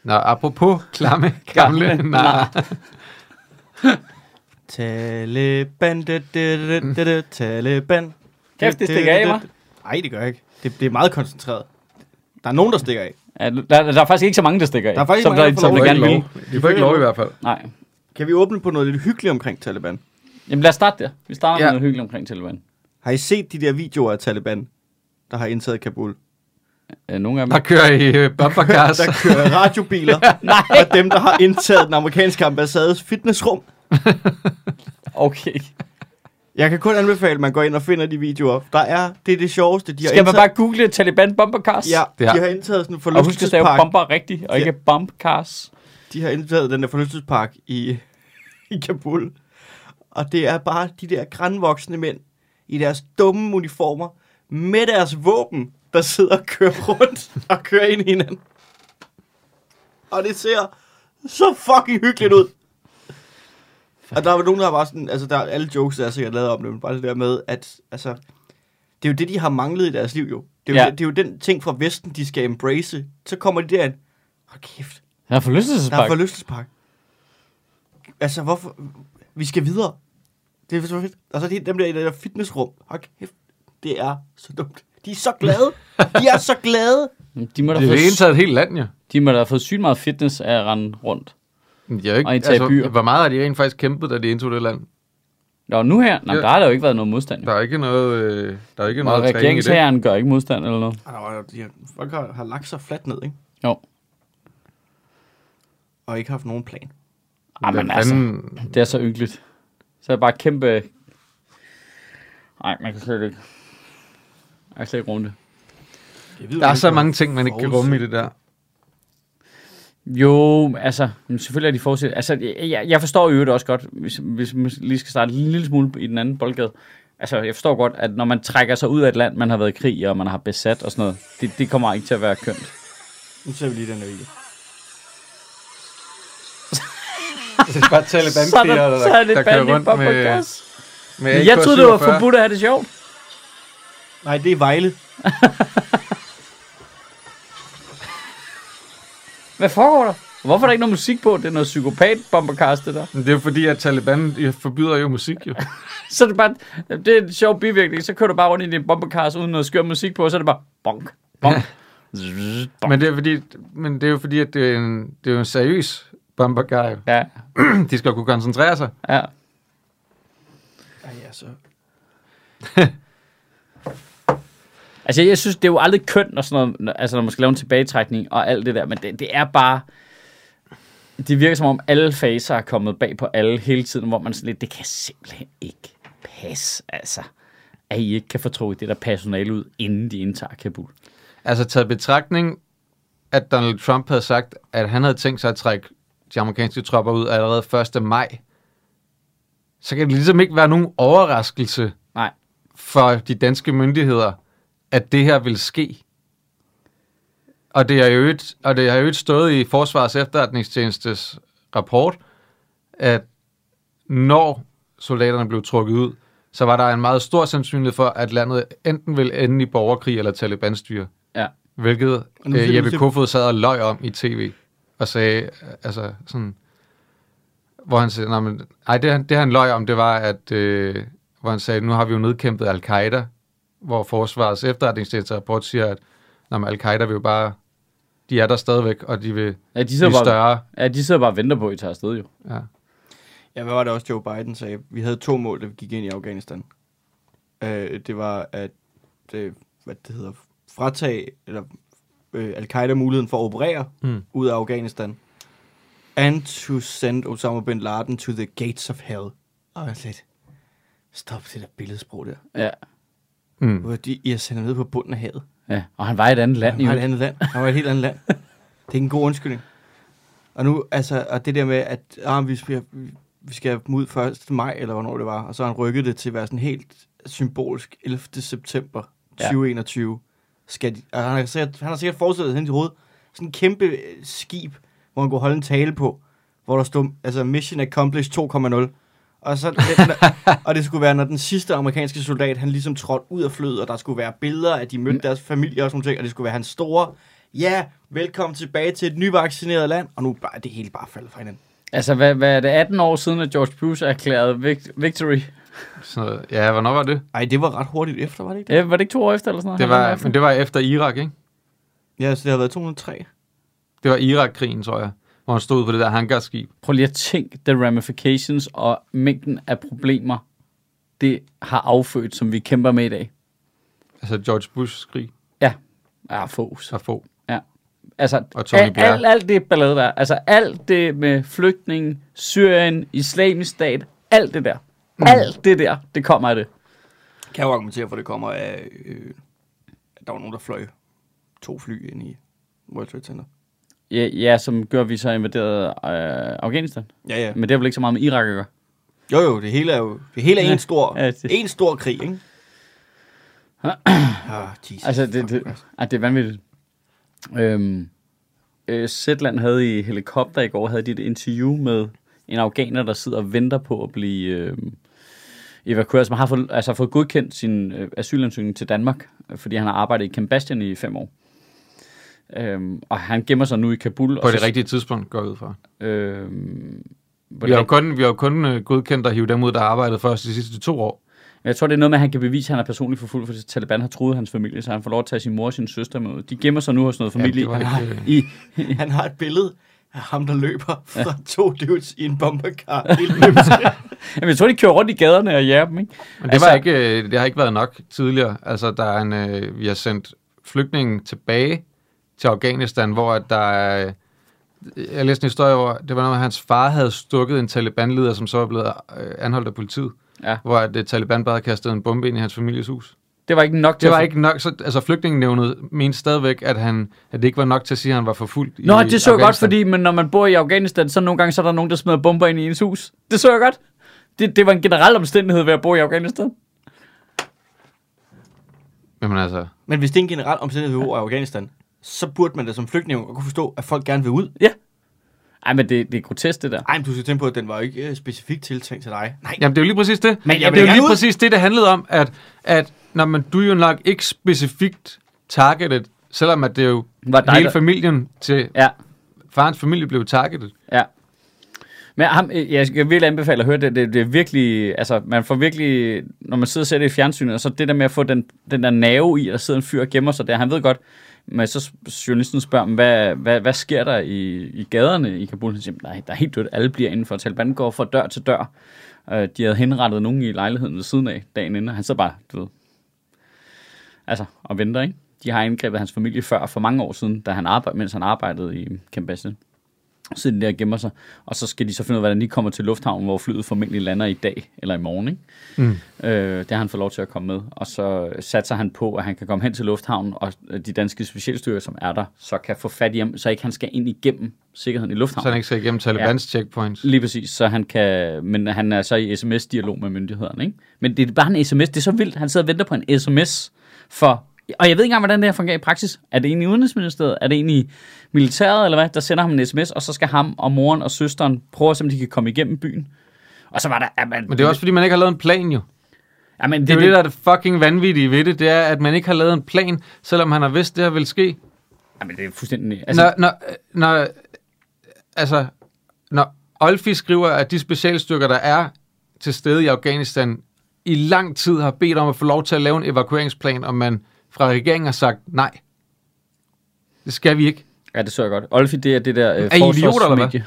Speaker 2: Nå, apropos klamme gamle
Speaker 1: Gamle
Speaker 2: nar.
Speaker 3: Taliban, da, da, da, da, da, Taliban.
Speaker 1: Kæft, det stikker af, hva'?
Speaker 3: Nej, det gør jeg ikke. Det, det er meget koncentreret. Der er nogen, der stikker af.
Speaker 1: Ja, der, der er faktisk ikke så mange, der stikker af,
Speaker 3: Der er faktisk
Speaker 1: som
Speaker 3: mange,
Speaker 1: der,
Speaker 3: der får
Speaker 1: som
Speaker 3: lov
Speaker 1: der
Speaker 3: at
Speaker 1: gerne vil.
Speaker 2: De får ikke lov i hvert fald.
Speaker 1: Nej.
Speaker 3: Kan vi åbne på noget lidt hyggeligt omkring Taliban?
Speaker 1: Jamen lad os starte der. Vi starter ja.
Speaker 2: Ja.
Speaker 1: med noget hyggeligt omkring Taliban.
Speaker 3: Har I set de der videoer af Taliban, der har indtaget Kabul?
Speaker 1: Øh, nogle af dem.
Speaker 2: Der kører i øh, bumpercars.
Speaker 1: Altså.
Speaker 3: Der kører radiobiler, og dem, der har indtaget den amerikanske ambassades fitnessrum.
Speaker 1: Okay.
Speaker 3: Jeg kan kun anbefale, at man går ind og finder de videoer. Der er, det er det sjoveste, de har
Speaker 1: Skal man
Speaker 3: indtaget.
Speaker 1: bare google Taliban bomber cars?
Speaker 3: Ja,
Speaker 2: Ja.
Speaker 3: de har indtaget sådan en
Speaker 1: Og husk at stave
Speaker 3: forlystelsespark.
Speaker 1: bomber rigtigt, og
Speaker 3: Ja.
Speaker 1: ikke bomb cars.
Speaker 3: De har indtaget den der forlystelsespark i, i Kabul. Og det er bare de der grænvoksne mænd i deres dumme uniformer med deres våben, der sidder og kører rundt og kører ind i hinanden. Og det ser så fucking hyggeligt ud. Og der er jo nogen, der har bare sådan, altså der er alle jokes, der er sikkert lavet om det, men bare det der med, at altså, det er jo det, de har manglet i deres liv jo. Det er jo,
Speaker 1: Ja.
Speaker 3: ja. det, det er jo den ting fra Vesten, de skal embrace. Så kommer de derind, hold kæft,
Speaker 1: Der er
Speaker 3: der er
Speaker 1: forlystelsespark.
Speaker 3: forlystelsespark. Altså, hvorfor? Vi skal videre. Det er så fedt. Og så er det dem der i det der fitnessrum. Hold kæft, det er så dumt. De er så glade. De er så glade.
Speaker 1: De må da
Speaker 2: Det er
Speaker 1: få,
Speaker 2: det indtaget et helt land, jo.
Speaker 1: de må da have fået sygt meget fitness af at rende rundt.
Speaker 2: De har jo ikke, altså,
Speaker 1: Og indtage byer.
Speaker 2: hvor meget har de rent faktisk kæmpet, da de indtog det land?
Speaker 1: Nå, nu her, Nå,
Speaker 2: Ja.
Speaker 1: der har der jo ikke været noget modstand.
Speaker 2: Der
Speaker 1: jo.
Speaker 2: er ikke noget, øh, der er ikke
Speaker 1: Og
Speaker 2: noget træning i det.
Speaker 1: regeringshæren gør ikke modstand eller noget.
Speaker 3: Folk har, har lagt sig fladt ned, ikke?
Speaker 1: Jo.
Speaker 3: Og ikke haft nogen plan.
Speaker 1: Ej, men
Speaker 2: Hvad
Speaker 1: altså,
Speaker 2: fanden-
Speaker 1: det er så ynkeligt. Så er det bare kæmpe... Nej, man kan slet ikke... Jeg kan slet ikke runde det.
Speaker 2: Der er så mange ting, man ikke kan rumme i det der.
Speaker 1: Jo, altså, men selvfølgelig er de fortsat. Altså, jeg- jeg, jeg forstår jo det også godt, hvis, hvis man lige skal starte en lille smule i den anden boldgade. Altså, jeg forstår godt, at når man trækker sig ud af et land, man har været i krig i, og man har besat og sådan noget, det, det kommer ikke til at være kønt.
Speaker 3: Nu ser vi lige den her video.
Speaker 2: Det er bare taliban
Speaker 1: Så er det, så er det bandet på gas. Men jeg troede, det var forbudt at have det sjovt.
Speaker 3: Nej, det er Vejle.
Speaker 1: Hvad foregår der? Hvorfor er der ikke noget musik på? Det er noget psykopat bomberkast, det der.
Speaker 2: Det er jo fordi, at Taliban de forbyder jo musik, jo.
Speaker 1: Så er det bare, det er en sjov bivirkning. Så kører du bare rundt i din bomberkast uden noget skør musik på, og så er det bare bonk, bonk. zzz, bonk.
Speaker 2: men, det er fordi, men det er jo fordi, at det er, en, det er jo en seriøs bomber guy.
Speaker 1: Ja,
Speaker 2: De skal jo kunne koncentrere sig.
Speaker 1: ja.
Speaker 3: Ej, altså.
Speaker 1: Altså, jeg synes, det er jo aldrig kønt, og sådan noget, når- altså, når man skal lave en tilbagetrækning og alt det der, men det, det er bare... Det virker som om alle faser er kommet bag på alle hele tiden, hvor man sådan lidt, det kan simpelthen ikke passe, altså. At I ikke kan få trukket det der personale ud, inden de indtager Kabul.
Speaker 2: Altså taget i betragtning, at Donald Trump havde sagt, at han havde tænkt sig at trække de amerikanske tropper ud allerede 1. maj, så kan det ligesom ikke være nogen overraskelse
Speaker 1: Nej.
Speaker 2: for de danske myndigheder, at det her vil ske. Og det har jo et, og det har jo et stået i Forsvarets efterretningstjenestes rapport, at når soldaterne blev trukket ud, så var der en meget stor sandsynlighed for, at landet enten ville ende i borgerkrig eller Taliban-styre.
Speaker 1: Ja.
Speaker 2: Hvilket
Speaker 3: nu
Speaker 2: øh,
Speaker 3: finder
Speaker 2: Jeppe
Speaker 3: vi til-
Speaker 2: Kofod sad og løg om i tv. og sagde, altså sådan, hvor han sagde, nej, men, ej, det, han- det han løj om, det var, at, øh, hvor han sagde, nu har vi jo nedkæmpet al-Qaida, hvor forsvarets efterretningstjeneste rapport siger, at nej, men al-Qaida vil jo bare, de er der stadigvæk, og de vil
Speaker 1: Ja, de
Speaker 2: blive
Speaker 1: sidder, bare,
Speaker 2: større.
Speaker 1: ja, de sidder bare og venter på, at I tager afsted jo.
Speaker 2: Ja.
Speaker 3: Ja, hvad var det også, Joe Biden sagde? Vi havde to mål, da vi gik ind i Afghanistan. Øh, det var at, øh, hvad det hedder, fratage, eller øh, al-Qaida muligheden for at operere
Speaker 2: Mm.
Speaker 3: mm. ud af Afghanistan. And to send Osama bin Laden to the gates of hell. Og jeg lidt, stop det der billedsprog der.
Speaker 1: Ja.
Speaker 2: Mm.
Speaker 3: Hvor de, I har sendt ham ned på bunden af havet.
Speaker 1: ja. Og han var i et andet land.
Speaker 3: Han var et
Speaker 1: Ja,
Speaker 3: andet land. Han var et helt andet land. Det er ikke en god undskyldning. Og nu, altså, og det der med, at ah, vi, skal, vi skal dem ud 1. maj, eller hvornår det var, og så har han rykket det til at være sådan helt symbolsk 11. september
Speaker 1: Ja.
Speaker 3: 2021. Skal de, og han, har sikkert, han har sikkert forestillet sig hen i hovedet, sådan en kæmpe øh, skib, hvor han kunne holde en tale på, hvor der stod, altså, mission accomplished 2,0. Og, så, og det skulle være, når den sidste amerikanske soldat, han ligesom trådte ud af flyet, og der skulle være billeder af, de mødte deres familie og sådan nogle ting, og det skulle være hans store, ja, velkommen tilbage til et nyvaccineret land, og nu er bare, det hele bare faldet fra hinanden.
Speaker 1: altså, hvad, hvad er det 18 år siden, at George Bush erklærede vic- victory?
Speaker 2: Sådan noget. Ja, hvornår var det?
Speaker 3: Ej, det var ret hurtigt efter, var det ikke det?
Speaker 1: Ja, var det ikke to år efter eller sådan noget?
Speaker 2: Det
Speaker 1: Han
Speaker 2: var,
Speaker 1: efter.
Speaker 2: men det var efter Irak, ikke?
Speaker 3: Ja, så det har været 203.
Speaker 2: Det var Irak-krigen, tror jeg, hvor han stod på det der hangarskib.
Speaker 1: Prøv lige at tænke the ramifications og mængden af problemer, det har affødt, som vi kæmper med i dag.
Speaker 2: Altså George Bushs krig
Speaker 1: Ja, Ah, ja fos.
Speaker 2: og få.
Speaker 1: Altså,
Speaker 2: Og Tony
Speaker 1: al,
Speaker 2: Blair.
Speaker 1: al, alt det ballade der. Altså, alt det med flygtninge, Syrien, islamisk stat, alt det der. Alt det der, det kommer af det.
Speaker 3: Kan jeg jo argumentere for, at det kommer af, øh, at der var nogen, der fløj to fly ind i World Trade Center.
Speaker 1: Ja, ja som gør, at vi så invaderede øh, Afghanistan.
Speaker 3: Ja, ja.
Speaker 1: Men det har vel ikke så meget med Irak at gøre.
Speaker 3: Jo, jo, det hele er jo det hele er en stor,
Speaker 1: Ja, det-
Speaker 3: en stor krig, ikke? Ah, Jesus.
Speaker 1: Altså, det, det, ah, det er vanvittigt. Øhm, øh, Zetland havde i helikopter i går, havde de et interview med en afghaner, der sidder og venter på at blive øhm, evakueret, som har fået, altså, har fået godkendt sin øh, asylansøgning til Danmark, øh, fordi han har arbejdet i Camp Bastion i fem år. Øhm, og han gemmer sig nu i Kabul.
Speaker 2: På
Speaker 1: og
Speaker 2: det
Speaker 1: så,
Speaker 2: rigtige tidspunkt, går jeg ud fra.
Speaker 1: Øhm, på
Speaker 2: Vi
Speaker 1: det
Speaker 2: har jo
Speaker 1: rigtige,
Speaker 2: kun, vi har jo kun øh, godkendt at hive dem ud, der har arbejdet for os de sidste to år.
Speaker 1: jeg tror, det er noget med, at han kan bevise, at han er personligt forfulgt, fordi Taliban har truet hans familie, så han får lov at tage sin mor og sin søster med. ud. De gemmer sig nu hos noget
Speaker 2: Ja, det
Speaker 1: familie
Speaker 2: var
Speaker 1: ja,
Speaker 2: ikke, øh,
Speaker 1: i,
Speaker 3: Han har et billede af ham, der løber fra to dudes i en bomberkar. i Løbet.
Speaker 1: Jamen, jeg tror, de kører rundt i gaderne og jager dem, ikke?
Speaker 2: Men det, altså, var ikke, øh, det har ikke været nok tidligere. Altså, der er en, øh, vi har sendt flygtningen tilbage til Afghanistan, hvor at der er... øh, Jeg læste en historie, hvor det var noget, med, at hans far havde stukket en talibanleder, som så var blevet øh, anholdt af politiet.
Speaker 1: Ja.
Speaker 2: Hvor at, øh, Taliban bare havde kastet en bombe ind i hans families hus.
Speaker 1: det var ikke nok til
Speaker 2: Det var
Speaker 1: at-
Speaker 2: ikke nok, så, altså flygtningenævnet mente stadigvæk, at, han, at det ikke var nok til at sige, at han var forfulgt i
Speaker 1: Nå, det så jeg godt,
Speaker 2: Afghanistan.
Speaker 1: fordi men når man bor i Afghanistan, så nogle gange så er der nogen, der smider bomber ind i ens hus. Det så jeg godt. Det, det var en generel omstændighed ved at bo i Afghanistan.
Speaker 2: Jamen altså,
Speaker 3: Men hvis det er en generel omstændighed ved ord af Afghanistan, så burde man da som flygtning kunne forstå, at folk gerne vil ud.
Speaker 1: Ja. Ej, men det, det er grotesk, det der.
Speaker 3: Ej, men du skal tænke på, at den var jo ikke øh, specifikt tiltænkt til dig. Nej,
Speaker 2: Jamen, det er jo lige præcis det.
Speaker 3: Men jeg
Speaker 2: Jamen, det
Speaker 3: vil
Speaker 2: er jo
Speaker 3: gerne
Speaker 2: lige
Speaker 3: ud.
Speaker 2: præcis det, det handlede om, at, at når man, du er jo nok ikke specifikt targeted, selvom at det jo
Speaker 1: Var dig,
Speaker 2: hele
Speaker 1: der-
Speaker 2: familien til
Speaker 1: Ja,
Speaker 2: farens familie blev targeted.
Speaker 1: ja. Men ham, øh, jeg skal virkelig anbefale at høre det. Det, det er virkelig, altså, man får virkelig, når man sidder og ser det i fjernsynet, og så det der med at få den, den der nerve i, at der sidder en fyr og gemmer sig der. Han ved godt, men så s- journalisten spørger ham, hvad, hvad, hvad sker der i, i gaderne i Kabul? Han siger, nej, der er helt dødt. Alle bliver indenfor. Taliban går fra dør til dør. Øh, de havde henrettet nogen i lejligheden ved siden af dagen inden, og han så bare, du ved, altså, og venter, ikke? De har angrebet hans familie før, for mange år siden, da han arbejdede, mens han arbejdede i Camp Bastion. Så de der og gemmer sig, og så skal de så finde ud af, hvordan de kommer til lufthavnen, hvor flyet formentlig lander i dag eller i morgen. Ikke? Mm. Øh, det har han fået lov til at komme med, og så satser han på, at han kan komme hen til lufthavnen, og de danske specialstyrker, som er der, så kan få fat i ham, så ikke han skal ind igennem sikkerheden i
Speaker 2: Så han
Speaker 1: lufthavnen.
Speaker 2: ikke skal igennem Talibans ja. checkpoints.
Speaker 1: Lige præcis, så han kan, men han er så i sms-dialog med myndighederne, ikke? Men det er bare en sms, det er så vildt, han sidder og venter på en sms for, og jeg ved ikke engang, hvordan det her fungerer i praksis. Er det en i Udenrigsministeriet, er det en i militæret, eller hvad, der sender ham en sms, og så skal ham og moren og søsteren prøve at se, om de kan komme igennem byen. Og så var der, ja, man,
Speaker 2: Men det er også, fordi man ikke har lavet en plan, jo.
Speaker 1: ja, men det,
Speaker 2: Det er jo det, der er det fucking vanvittige ved det, det er, at man ikke har lavet en plan, selvom han har vidst, det her vil ske.
Speaker 1: ja, men det er fuldstændig, altså,
Speaker 2: Altså, når, når, når altså, når Olfi skriver, at de specialstyrker, der er til stede i Afghanistan, i lang tid har bedt om at få lov til at lave en evakueringsplan, og man fra regeringen har sagt nej. Det skal vi ikke.
Speaker 1: Ja, det så jeg godt. Olfi, det er det der øh,
Speaker 2: I idioter, eller hvad?
Speaker 1: forsvarsmedie.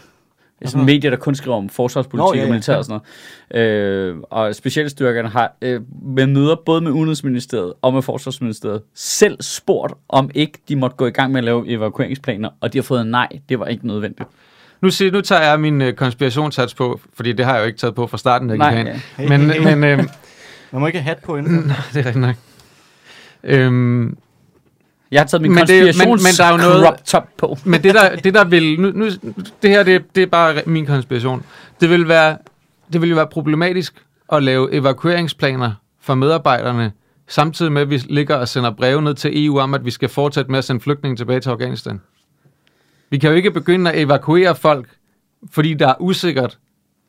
Speaker 1: Det er sådan en medie, der kun skriver om forsvarspolitik
Speaker 3: Nå,
Speaker 1: Nå, ja,
Speaker 3: ja, ja.
Speaker 1: og militær og sådan noget. Øh, og specialstyrkerne har øh, med møder både med Udenrigsministeriet og med Forsvarsministeriet selv spurgt, om ikke de måtte gå i gang med at lave evakueringsplaner, og de har fået nej, det var ikke nødvendigt.
Speaker 2: Nu, siger, nu tager jeg min øh, konspirationssats på, fordi det har jeg jo ikke taget på fra starten.
Speaker 1: Nej,
Speaker 2: Nej, ja.
Speaker 1: ja.
Speaker 2: Men, men øh,
Speaker 3: Man må ikke have hat på inden.
Speaker 2: det er rigtigt nok. Øhm,
Speaker 1: Jeg har taget min
Speaker 2: Men det- men- men der er jo noget-
Speaker 1: konspirationskrop på.
Speaker 2: Men det der, det der vil, nu, nu, det her det, det er bare min konspiration. Det vil være, det vil jo være problematisk at lave evakueringsplaner for medarbejderne, samtidig med, at vi ligger og sender breve ned til EU om, at vi skal fortsætte med at sende flygtninge tilbage til Afghanistan. Vi kan jo ikke begynde at evakuere folk, fordi der er usikkert,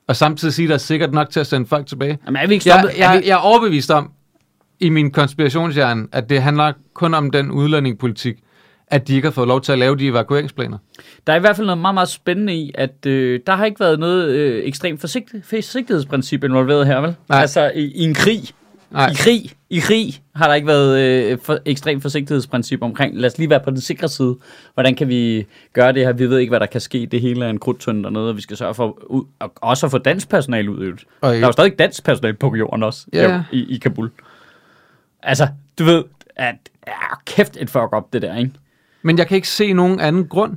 Speaker 2: og samtidig sige, at der er sikkert nok til at sende folk tilbage.
Speaker 1: Jamen, er vi ikke
Speaker 2: Jeg,
Speaker 1: stoppet? er
Speaker 2: jeg,
Speaker 1: vi...
Speaker 2: jeg er overbevist om, i min konspirationshjerne, at det handler kun om den udlændingepolitik, at de ikke har fået lov til at lave de evakueringsplaner.
Speaker 1: Der er i hvert fald noget meget, meget spændende i, at øh, der har ikke været noget øh, ekstremt forsigtig, forsigtighedsprincip involveret her, vel?
Speaker 2: Nej.
Speaker 1: Altså i, i en krig,
Speaker 2: Nej,
Speaker 1: I krig, I krig har der ikke været øh, for, ekstrem forsigtighedsprincip omkring, lad os lige være på den sikre side. Hvordan kan vi gøre det her? Vi ved ikke, hvad der kan ske. Det hele er en krudtønd dernede, og vi skal sørge for ud, og også at få dansk personal ud. i øvrigt.
Speaker 2: Og
Speaker 1: Der
Speaker 2: i-
Speaker 1: er jo stadig dansk personal på jorden også
Speaker 2: Ja.
Speaker 1: jo, i, i Kabul. Altså, du ved, at ja, kæft et fuck op det der, ikke?
Speaker 2: men jeg kan ikke se nogen anden grund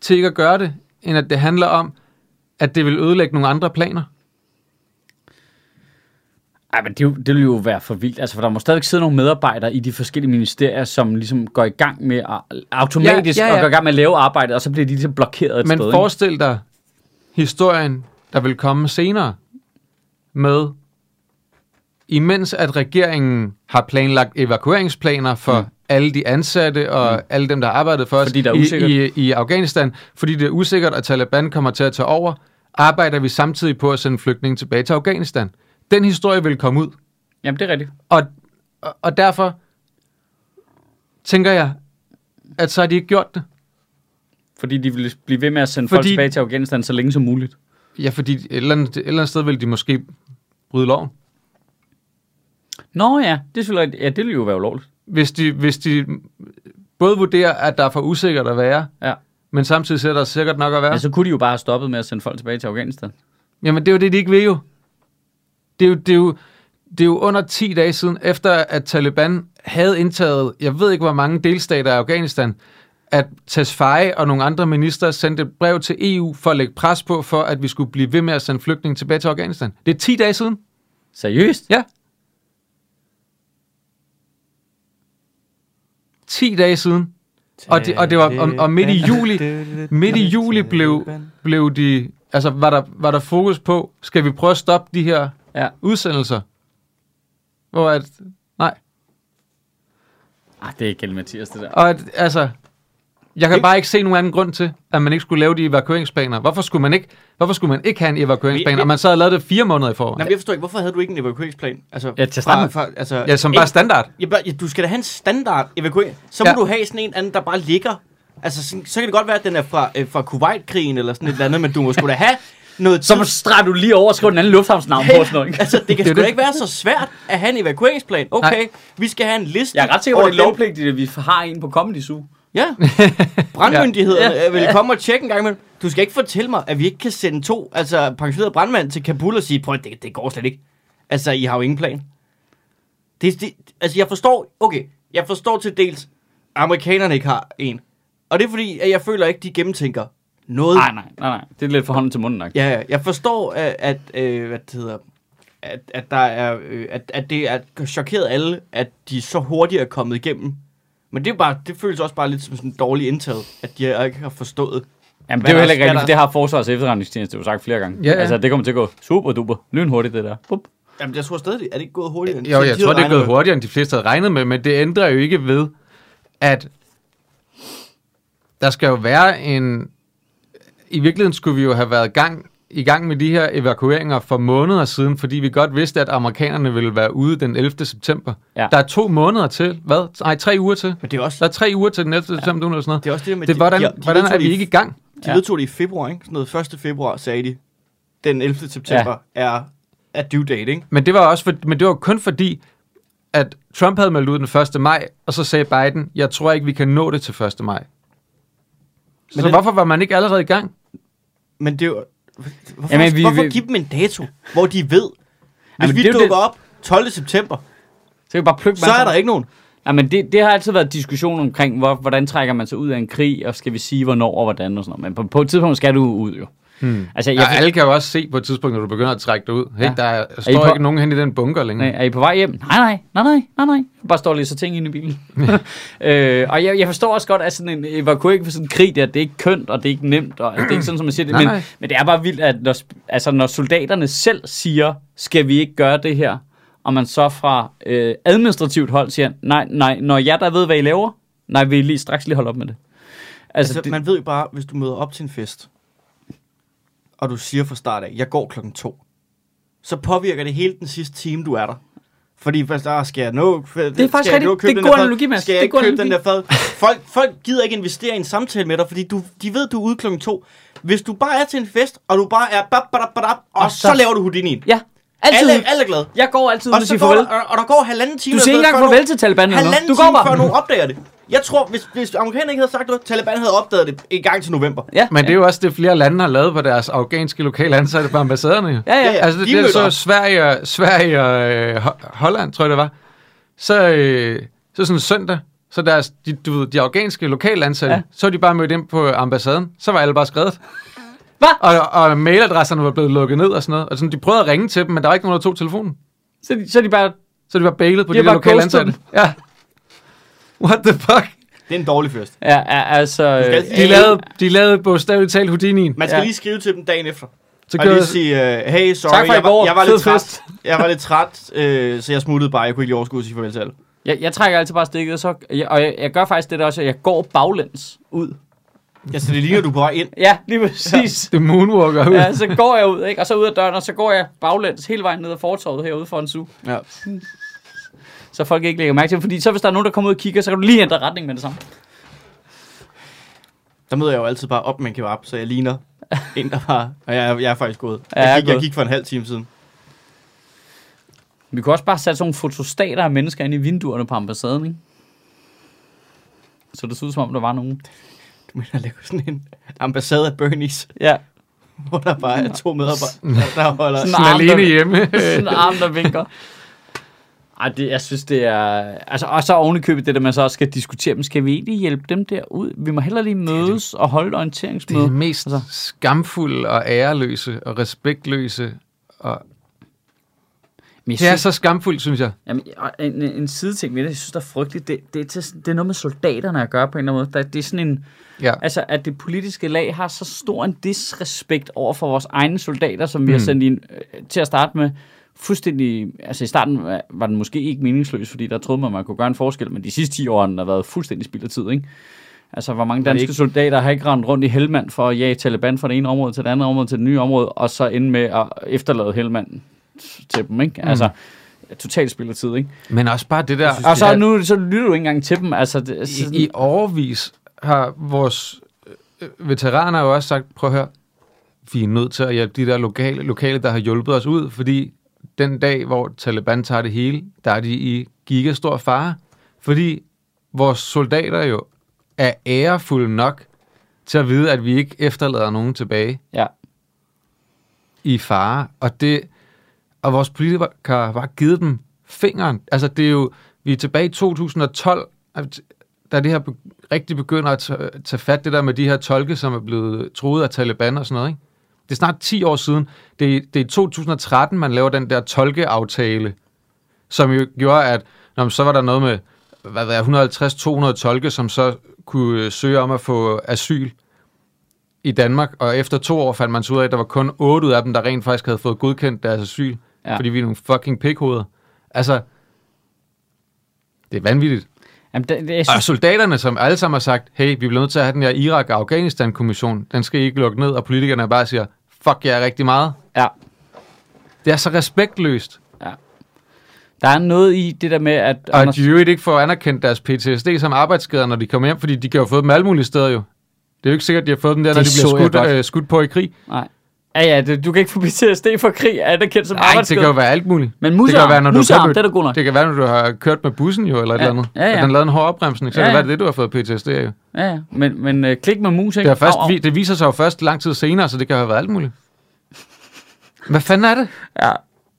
Speaker 2: til ikke at gøre det, end at det handler om, at det vil ødelægge nogle andre planer.
Speaker 1: Ej, men det, er jo- det vil jo være for vildt. Altså, for der må stadigvæk sidde nogle medarbejdere i de forskellige ministerier, som ligesom går i gang med at, automatisk
Speaker 2: Ja,
Speaker 1: ja,
Speaker 2: ja,
Speaker 1: ja, ja.
Speaker 2: ja.
Speaker 1: og går i gang med at lave arbejdet, og så bliver de ligesom blokeret et
Speaker 2: Men
Speaker 1: sted. ikke?
Speaker 2: forestil dig historien, der vil komme senere med, imens at regeringen har planlagt evakueringsplaner for mm. alle de ansatte og mm. alle dem, der har arbejdet for os
Speaker 1: Fordi der er usikkert.
Speaker 2: i, i, i Afghanistan, fordi det er usikkert, og Taliban kommer til at tage over, arbejder vi samtidig på at sende flygtninge tilbage til Afghanistan. Den historie vil komme ud.
Speaker 1: Jamen, det er rigtigt.
Speaker 2: Og, og- og derfor tænker jeg, at så har de ikke gjort det.
Speaker 1: Fordi de ville blive ved med at sende fordi... folk
Speaker 2: Fordi-
Speaker 1: tilbage til Afghanistan så længe som muligt.
Speaker 2: Ja, fordi et eller andet, et eller andet sted vil de måske bryde loven.
Speaker 1: Nå ja, det, er ja, det ville jo være ulovligt.
Speaker 2: Hvis de, hvis de både vurderer, at der er for usikkert at være,
Speaker 1: Ja.
Speaker 2: men samtidig ser der sikkert nok at være.
Speaker 1: Men så kunne de jo bare have stoppet med at sende folk tilbage til Afghanistan.
Speaker 2: Jamen, det er jo det, de ikke vil jo. Det er jo, det er jo, det er jo under 10 dage siden, efter at Taliban havde indtaget, jeg ved ikke, hvor mange delstater af Afghanistan, at Tesfaye og nogle andre minister sendte et brev til EU for at lægge pres på, for at vi skulle blive ved med at sende flygtninge tilbage til Afghanistan. Det er 10 dage siden.
Speaker 1: Seriøst?
Speaker 2: Ja. 10 dage siden. Og det- og det var- og- og midt i juli- midt i juli blev- Blev de, altså var der, var der fokus på, skal vi prøve at stoppe de her
Speaker 1: Ja.
Speaker 2: udsendelser? Hvor at, nej.
Speaker 1: Ah, det er ikke Kjeld Mathias, det der.
Speaker 2: Og at, altså, jeg kan
Speaker 3: Ikke?
Speaker 2: bare ikke se nogen anden grund til, at man ikke skulle lave de evakueringsplaner. Hvorfor skulle man ikke, hvorfor skulle man ikke have en evakueringsplan,
Speaker 3: Vi-
Speaker 2: og man så havde lavet det fire måneder i forvejen?
Speaker 3: Nej, men jeg forstår ikke, hvorfor havde du ikke en evakueringsplan? Altså,
Speaker 1: Ja, til at starte
Speaker 3: fra, fra, altså,
Speaker 2: Ja, som bare
Speaker 3: ikke-
Speaker 2: standard.
Speaker 3: Ja, bare- ja, du skal da have en standard evakuering. Så må
Speaker 2: Ja.
Speaker 3: ja. du have sådan en anden, der bare ligger. Altså, sådan, så kan det godt være, at den er fra, øh, fra Kuwait-krigen eller sådan et eller andet, men du må sgu da have noget
Speaker 1: Så streger du lige over og skriver den anden lufthavnsnavn på sådan noget. ikke?
Speaker 3: Altså, det kan
Speaker 2: Det er
Speaker 3: sgu da
Speaker 2: det.
Speaker 3: ikke være så svært at have en evakueringsplan. Okay,
Speaker 2: Nej.
Speaker 3: Nej. vi skal have en liste.
Speaker 1: Jeg er ret sikker på,
Speaker 3: over
Speaker 1: at det er lovpligtigt, at vi har en på Comedy Zoo.
Speaker 3: Ja, brandmyndighederne
Speaker 1: Ja.
Speaker 3: ja. vil komme og tjekke en gang imellem. Du skal ikke fortælle mig, at vi ikke kan sende to altså, pensionerede brandmænd til Kabul og sige, prøv at- det, det går slet ikke. Altså, I har jo ingen plan. Det, det, altså, jeg forstår, okay, jeg forstår til dels, at amerikanerne ikke har en. Og det er fordi, at jeg føler ikke, de gennemtænker noget.
Speaker 1: Nej, nej, nej, nej. Det er lidt for hånden til munden nok.
Speaker 3: Ja, ja, jeg forstår, at, at øh, hvad det hedder, at, at, der er, øh, at, at det er chokeret alle, at de så hurtigt er kommet igennem. Men det, er bare, det føles også bare lidt som sådan en dårlig indtaget, at de ikke har forstået.
Speaker 1: Jamen, det er jo
Speaker 3: Hvad
Speaker 1: heller ikke
Speaker 3: der-
Speaker 1: rigtigt,
Speaker 3: hvad
Speaker 1: for det har Forsvars efterretningstjeneste jo sagt flere gange.
Speaker 2: Ja, ja.
Speaker 1: Altså, det kommer til at gå super duper. Lynhurtigt, det der. Bup.
Speaker 3: Jamen, jeg tror stadig, er det ikke gået hurtigere? end-
Speaker 2: Jo,
Speaker 3: de
Speaker 2: jeg
Speaker 3: havde
Speaker 2: tror, det er
Speaker 3: regnet
Speaker 2: gået
Speaker 3: med?
Speaker 2: hurtigere, end de fleste havde regnet med, men det ændrer jo ikke ved, at der skal jo være en... I virkeligheden skulle vi jo have været i gang i gang med de her evakueringer for måneder siden, fordi vi godt vidste, at amerikanerne ville være ude den 11. september.
Speaker 1: Ja.
Speaker 2: Ja. Der er to måneder til. Hvad? Nej, tre uger til.
Speaker 3: Men det er også,
Speaker 2: Der er tre uger til den 11. september, ja. eller sådan noget.
Speaker 3: det er også det, med,
Speaker 2: Det, det, hvordan,
Speaker 3: de,
Speaker 2: de, hvordan er
Speaker 3: vedtog det
Speaker 2: vi
Speaker 3: i-
Speaker 2: ikke i gang?
Speaker 3: De
Speaker 1: Ja.
Speaker 3: vedtog det i februar, ikke? Sådan noget 1. februar sagde de, den 11. september ja. er, er due date, ikke?
Speaker 2: Men det var også for, men det var kun fordi, at Trump havde meldt ud den 1. maj, og så sagde Biden, jeg tror ikke, vi kan nå det til 1. maj. Så
Speaker 3: Men det-
Speaker 2: hvorfor var man ikke allerede i gang?
Speaker 3: Men det er jo... Hvorfor,
Speaker 1: Jamen,
Speaker 3: Jamen,
Speaker 1: vi-
Speaker 3: vi, hvorfor
Speaker 1: vi-
Speaker 3: vi, give dem en dato, hvor de ved, hvis
Speaker 1: Jamen,
Speaker 3: Jamen, vi
Speaker 1: det er jo
Speaker 3: dukker det... op 12. september,
Speaker 1: Så kan vi bare plukke
Speaker 3: så er der ikke nogen.
Speaker 1: Ja, men det, det har altid været diskussion omkring, hvor, hvordan trækker man sig ud af en krig, og skal vi sige, hvornår og hvordan og sådan noget. Men på, på et tidspunkt skal du ud jo. Hmm. Altså, jeg,
Speaker 2: Ja, alle kan jo også se på et tidspunkt, når du begynder at trække dig ud. Hey,
Speaker 1: Ja.
Speaker 2: ja. Der er,
Speaker 1: I
Speaker 2: står
Speaker 1: på-
Speaker 2: ikke nogen hen i den bunker længere.
Speaker 1: Nej, er I på vej hjem? Nej, nej, nej, nej, nej, nej. Bare står og læser ting inde i bilen. øh, og jeg, jeg forstår også godt, at sådan en øh, evakuering for sådan en krig der, det er ikke kønt, og det er ikke nemt, og altså, det er ikke sådan, som man siger det.
Speaker 2: Nej,
Speaker 1: Men,
Speaker 2: nej.
Speaker 1: men det er bare vildt, at når, sp- altså, når soldaterne selv siger, skal vi ikke gøre det her, og man så fra øh, administrativt hold siger, nej, nej, når jeg der ved, hvad I laver, nej, vil I lige straks lige holde op med det. Altså,
Speaker 3: Altså,
Speaker 1: det,
Speaker 3: man ved jo bare, hvis du møder op til en fest, og du siger fra start af, jeg går klokken to, så påvirker det hele den sidste time, du er der. Fordi først, ah, skal jeg nå, det er
Speaker 1: faktisk
Speaker 3: skal
Speaker 1: rigtigt.
Speaker 3: jeg nå
Speaker 1: Det er
Speaker 3: den
Speaker 1: god
Speaker 3: der fad?
Speaker 1: analogi, Mads.
Speaker 3: Skal
Speaker 1: Det
Speaker 3: jeg
Speaker 1: er
Speaker 3: ikke
Speaker 1: god
Speaker 3: købe den der fad? Folk, folk gider ikke investere i en samtale med dig, fordi du, de ved, du er ude klokken to. Hvis du bare er til en fest, og du bare er bap, bap, bap, bap, og, og
Speaker 1: så-
Speaker 3: så, laver du Houdini'en.
Speaker 1: ja, altid.
Speaker 3: Alle, alle er glade.
Speaker 1: Jeg går altid ud
Speaker 3: Og,
Speaker 1: og
Speaker 3: så
Speaker 1: siger
Speaker 3: går,
Speaker 1: farvel.
Speaker 3: der, og, og der går halvanden time.
Speaker 1: Du siger ikke
Speaker 3: eller sådan
Speaker 1: engang
Speaker 3: noget, før
Speaker 1: farvel til Taliban eller noget.
Speaker 3: Halvanden
Speaker 1: Du
Speaker 3: du
Speaker 1: går
Speaker 3: time,
Speaker 1: bare.
Speaker 3: før nogen opdager det. Jeg tror, hvis, hvis amerikanerne ikke havde sagt noget, Taliban havde opdaget det en gang til november.
Speaker 1: Ja,
Speaker 2: Men det er jo også det, flere lande har lavet på deres afghanske lokale ansatte på ambassaderne. jo.
Speaker 1: ja, ja.
Speaker 3: Ja, ja.
Speaker 2: Altså, det,
Speaker 3: de
Speaker 2: det er
Speaker 3: mødte
Speaker 2: så
Speaker 3: op.
Speaker 2: Sverige og, Sverige og øh, Ho- Holland, tror jeg det var. Så, øh, så sådan en søndag, så deres, de, du ved, de afghanske lokale ansatte,
Speaker 1: Ja.
Speaker 2: ja. så var de bare mødt ind på ambassaden. Så var alle bare skrevet.
Speaker 1: Hva?
Speaker 2: Og, og mailadresserne var blevet lukket ned og sådan noget. Og sådan, de prøvede at ringe til dem, men der var ikke nogen, der tog telefonen.
Speaker 1: Så, er de- så er de bare
Speaker 2: Så de var bailet på
Speaker 1: De har
Speaker 2: de, de der
Speaker 1: bare
Speaker 2: lokale
Speaker 1: ghostet
Speaker 2: ansatte. Ja. What the fuck?
Speaker 3: Det er en dårlig fest.
Speaker 1: Ja, ja altså...
Speaker 3: skal
Speaker 1: Øh,
Speaker 3: altid-
Speaker 2: De lavede, de lavede bogstaveligt talt Houdini'en.
Speaker 3: Man skal
Speaker 1: Ja.
Speaker 3: ja. lige skrive til dem dagen efter.
Speaker 2: Så
Speaker 3: og lige sige, uh, hey, sorry,
Speaker 1: Tak for i
Speaker 3: jeg,
Speaker 1: går.
Speaker 3: var, jeg var lidt
Speaker 1: Fed fest."
Speaker 3: træt. Jeg var lidt træt, øh, så jeg smuttede bare. Jeg kunne ikke lige overskue at sige farvel til alle.
Speaker 1: jeg, jeg trækker altid bare stikket, og, så, jeg, og jeg, jeg gør faktisk det der også, at jeg går baglæns ud.
Speaker 3: Ja, så det ligner, du er på vej ind.
Speaker 1: Ja, lige præcis.
Speaker 2: det moonwalker ud.
Speaker 1: Ja. ja, så går jeg ud, ikke? Og så ud af døren, og så går jeg baglæns hele vejen ned ad fortorvet herude for en suge.
Speaker 3: Ja.
Speaker 1: Så folk ikke lægger mærke til det, fordi så hvis der er nogen, der kommer ud og kigger, så kan du lige ændre retning med det samme.
Speaker 3: Der møder jeg jo altid bare op med en kebab, så jeg ligner en, der var... Og jeg, er- jeg er faktisk gået.
Speaker 1: Ja, jeg er
Speaker 3: Jeg, gik, jeg
Speaker 1: gået.
Speaker 3: gik for en halv time siden.
Speaker 1: Vi kunne også bare sætte sådan nogle fotostater af mennesker ind i vinduerne på ambassaden, ikke? Så det så ud som om, der var nogen.
Speaker 3: Du mener at lave sådan en ambassade af Bernie's,
Speaker 1: Ja,
Speaker 3: hvor der bare er to medarbejdere, der holder...
Speaker 1: Sådan
Speaker 2: Sådan
Speaker 1: arm, der-
Speaker 2: alene hjemme.
Speaker 1: sådan en arm, der vinker. Ej, det, jeg synes, det er... Altså, og så ovenikøbet det, der man så også skal diskutere dem. Skal vi egentlig hjælpe dem derud? Vi må hellere lige mødes og holde et
Speaker 2: Det er det
Speaker 1: orienteringsmøde.
Speaker 2: mest
Speaker 1: Altså.
Speaker 2: skamfulde og æreløse og respektløse. Og
Speaker 1: Men jeg
Speaker 2: det er
Speaker 1: synes,
Speaker 2: så skamfuldt, synes jeg.
Speaker 1: Jamen, og en, en side ting ved det, jeg synes, der er frygteligt, det, det, er til, det er noget med soldaterne at gøre på en eller anden måde. Der, det er sådan en,
Speaker 2: Ja.
Speaker 1: altså, at det politiske lag har så stor en disrespekt over for vores egne soldater, som vi har sendt ind øh, til at starte med. Fuldstændig, altså i starten var- var den måske ikke meningsløs, fordi der troede man, man kunne gøre en forskel, men de sidste 10 år har den har været fuldstændig spild af tid, ikke? Altså, hvor mange danske
Speaker 3: ikke-
Speaker 1: soldater har ikke rendt rundt i Helmand for at jage Taliban fra det ene område til det andet område til det nye område, og så ende med at efterlade Helmand til dem, ikke? Altså, totalt spild af tid, ikke?
Speaker 2: Men også bare det der...
Speaker 3: synes,
Speaker 1: Og
Speaker 3: det
Speaker 1: så
Speaker 2: at
Speaker 1: nu så lytter du ikke engang til dem. Altså, det, sådan,
Speaker 2: I, I overvis har vores øh, veteraner jo også sagt, prøv at høre, vi er nødt til at hjælpe de der lokale, lokale, der har hjulpet os ud, fordi den dag, hvor Taliban tager det hele, der er de i gigastor fare. Fordi vores soldater jo er ærefulde nok til at vide, at vi ikke efterlader nogen tilbage.
Speaker 1: ja.
Speaker 2: i fare, og det og vores politikere har bare givet dem fingeren. Altså det er jo, vi er tilbage i 2012, at- da det her be- rigtig begynder at ta- tage fat, det der med de her tolke, som er blevet troet af Taliban og sådan noget, ikke? Det er snart 10 år siden. Det er, det er i 2013, man laver den der tolkeaftale, som jo gjorde, at når, så var der noget med hvad ved jeg, 150-200 tolke, som så kunne øh, søge om at få asyl i Danmark, og efter to år fandt man så ud af, at der var kun otte ud af dem, der rent faktisk havde fået godkendt deres asyl,
Speaker 1: Ja.
Speaker 2: ja. fordi vi er nogle fucking pikhoveder. Altså, det er vanvittigt.
Speaker 1: Jamen, det, det, jeg
Speaker 2: Og
Speaker 1: synes,
Speaker 2: soldaterne, som alle sammen har sagt, hey, vi bliver nødt til at have den her Irak-Afghanistan-kommission, den skal I ikke lukke ned, og politikerne bare siger, fuck jer rigtig meget.
Speaker 1: Ja.
Speaker 2: Det er så respektløst.
Speaker 1: Der er noget i det der med, at...
Speaker 2: Og at de jo ikke får anerkendt deres PTSD som arbejdsskader, når de kommer hjem, fordi de kan jo have fået dem alle mulige steder jo. Det er jo ikke sikkert, at de har fået dem der, det når de
Speaker 4: så jeg
Speaker 2: bliver skudt,
Speaker 4: godt.
Speaker 2: øh, skudt på i krig.
Speaker 1: Nej. Ja, ja, det, du kan ikke få PTSD for krig anerkendt som
Speaker 2: Nej, det kan jo
Speaker 1: arbejdsskade.
Speaker 2: være alt muligt.
Speaker 1: Men
Speaker 2: det kan jo
Speaker 1: musearm,
Speaker 2: være, når du
Speaker 1: musearm,
Speaker 2: kørt-
Speaker 1: det er da god nok.
Speaker 2: Det kan være, når du har kørt med bussen jo, eller et
Speaker 1: Ja,
Speaker 2: eller andet.
Speaker 1: ja, ja.
Speaker 2: Og den lavede en hård opbremsning, så
Speaker 1: Ja,
Speaker 2: kan det
Speaker 1: ja.
Speaker 2: være, det er det, du har fået PTSD af. jo.
Speaker 1: Ja, ja. Men, men øh, klik med mus, ikke?
Speaker 2: Det, er først,
Speaker 1: Au, au.
Speaker 2: vi- det viser sig jo først lang tid senere, så det kan jo have været alt muligt. Hvad fanden er det?
Speaker 1: Ja.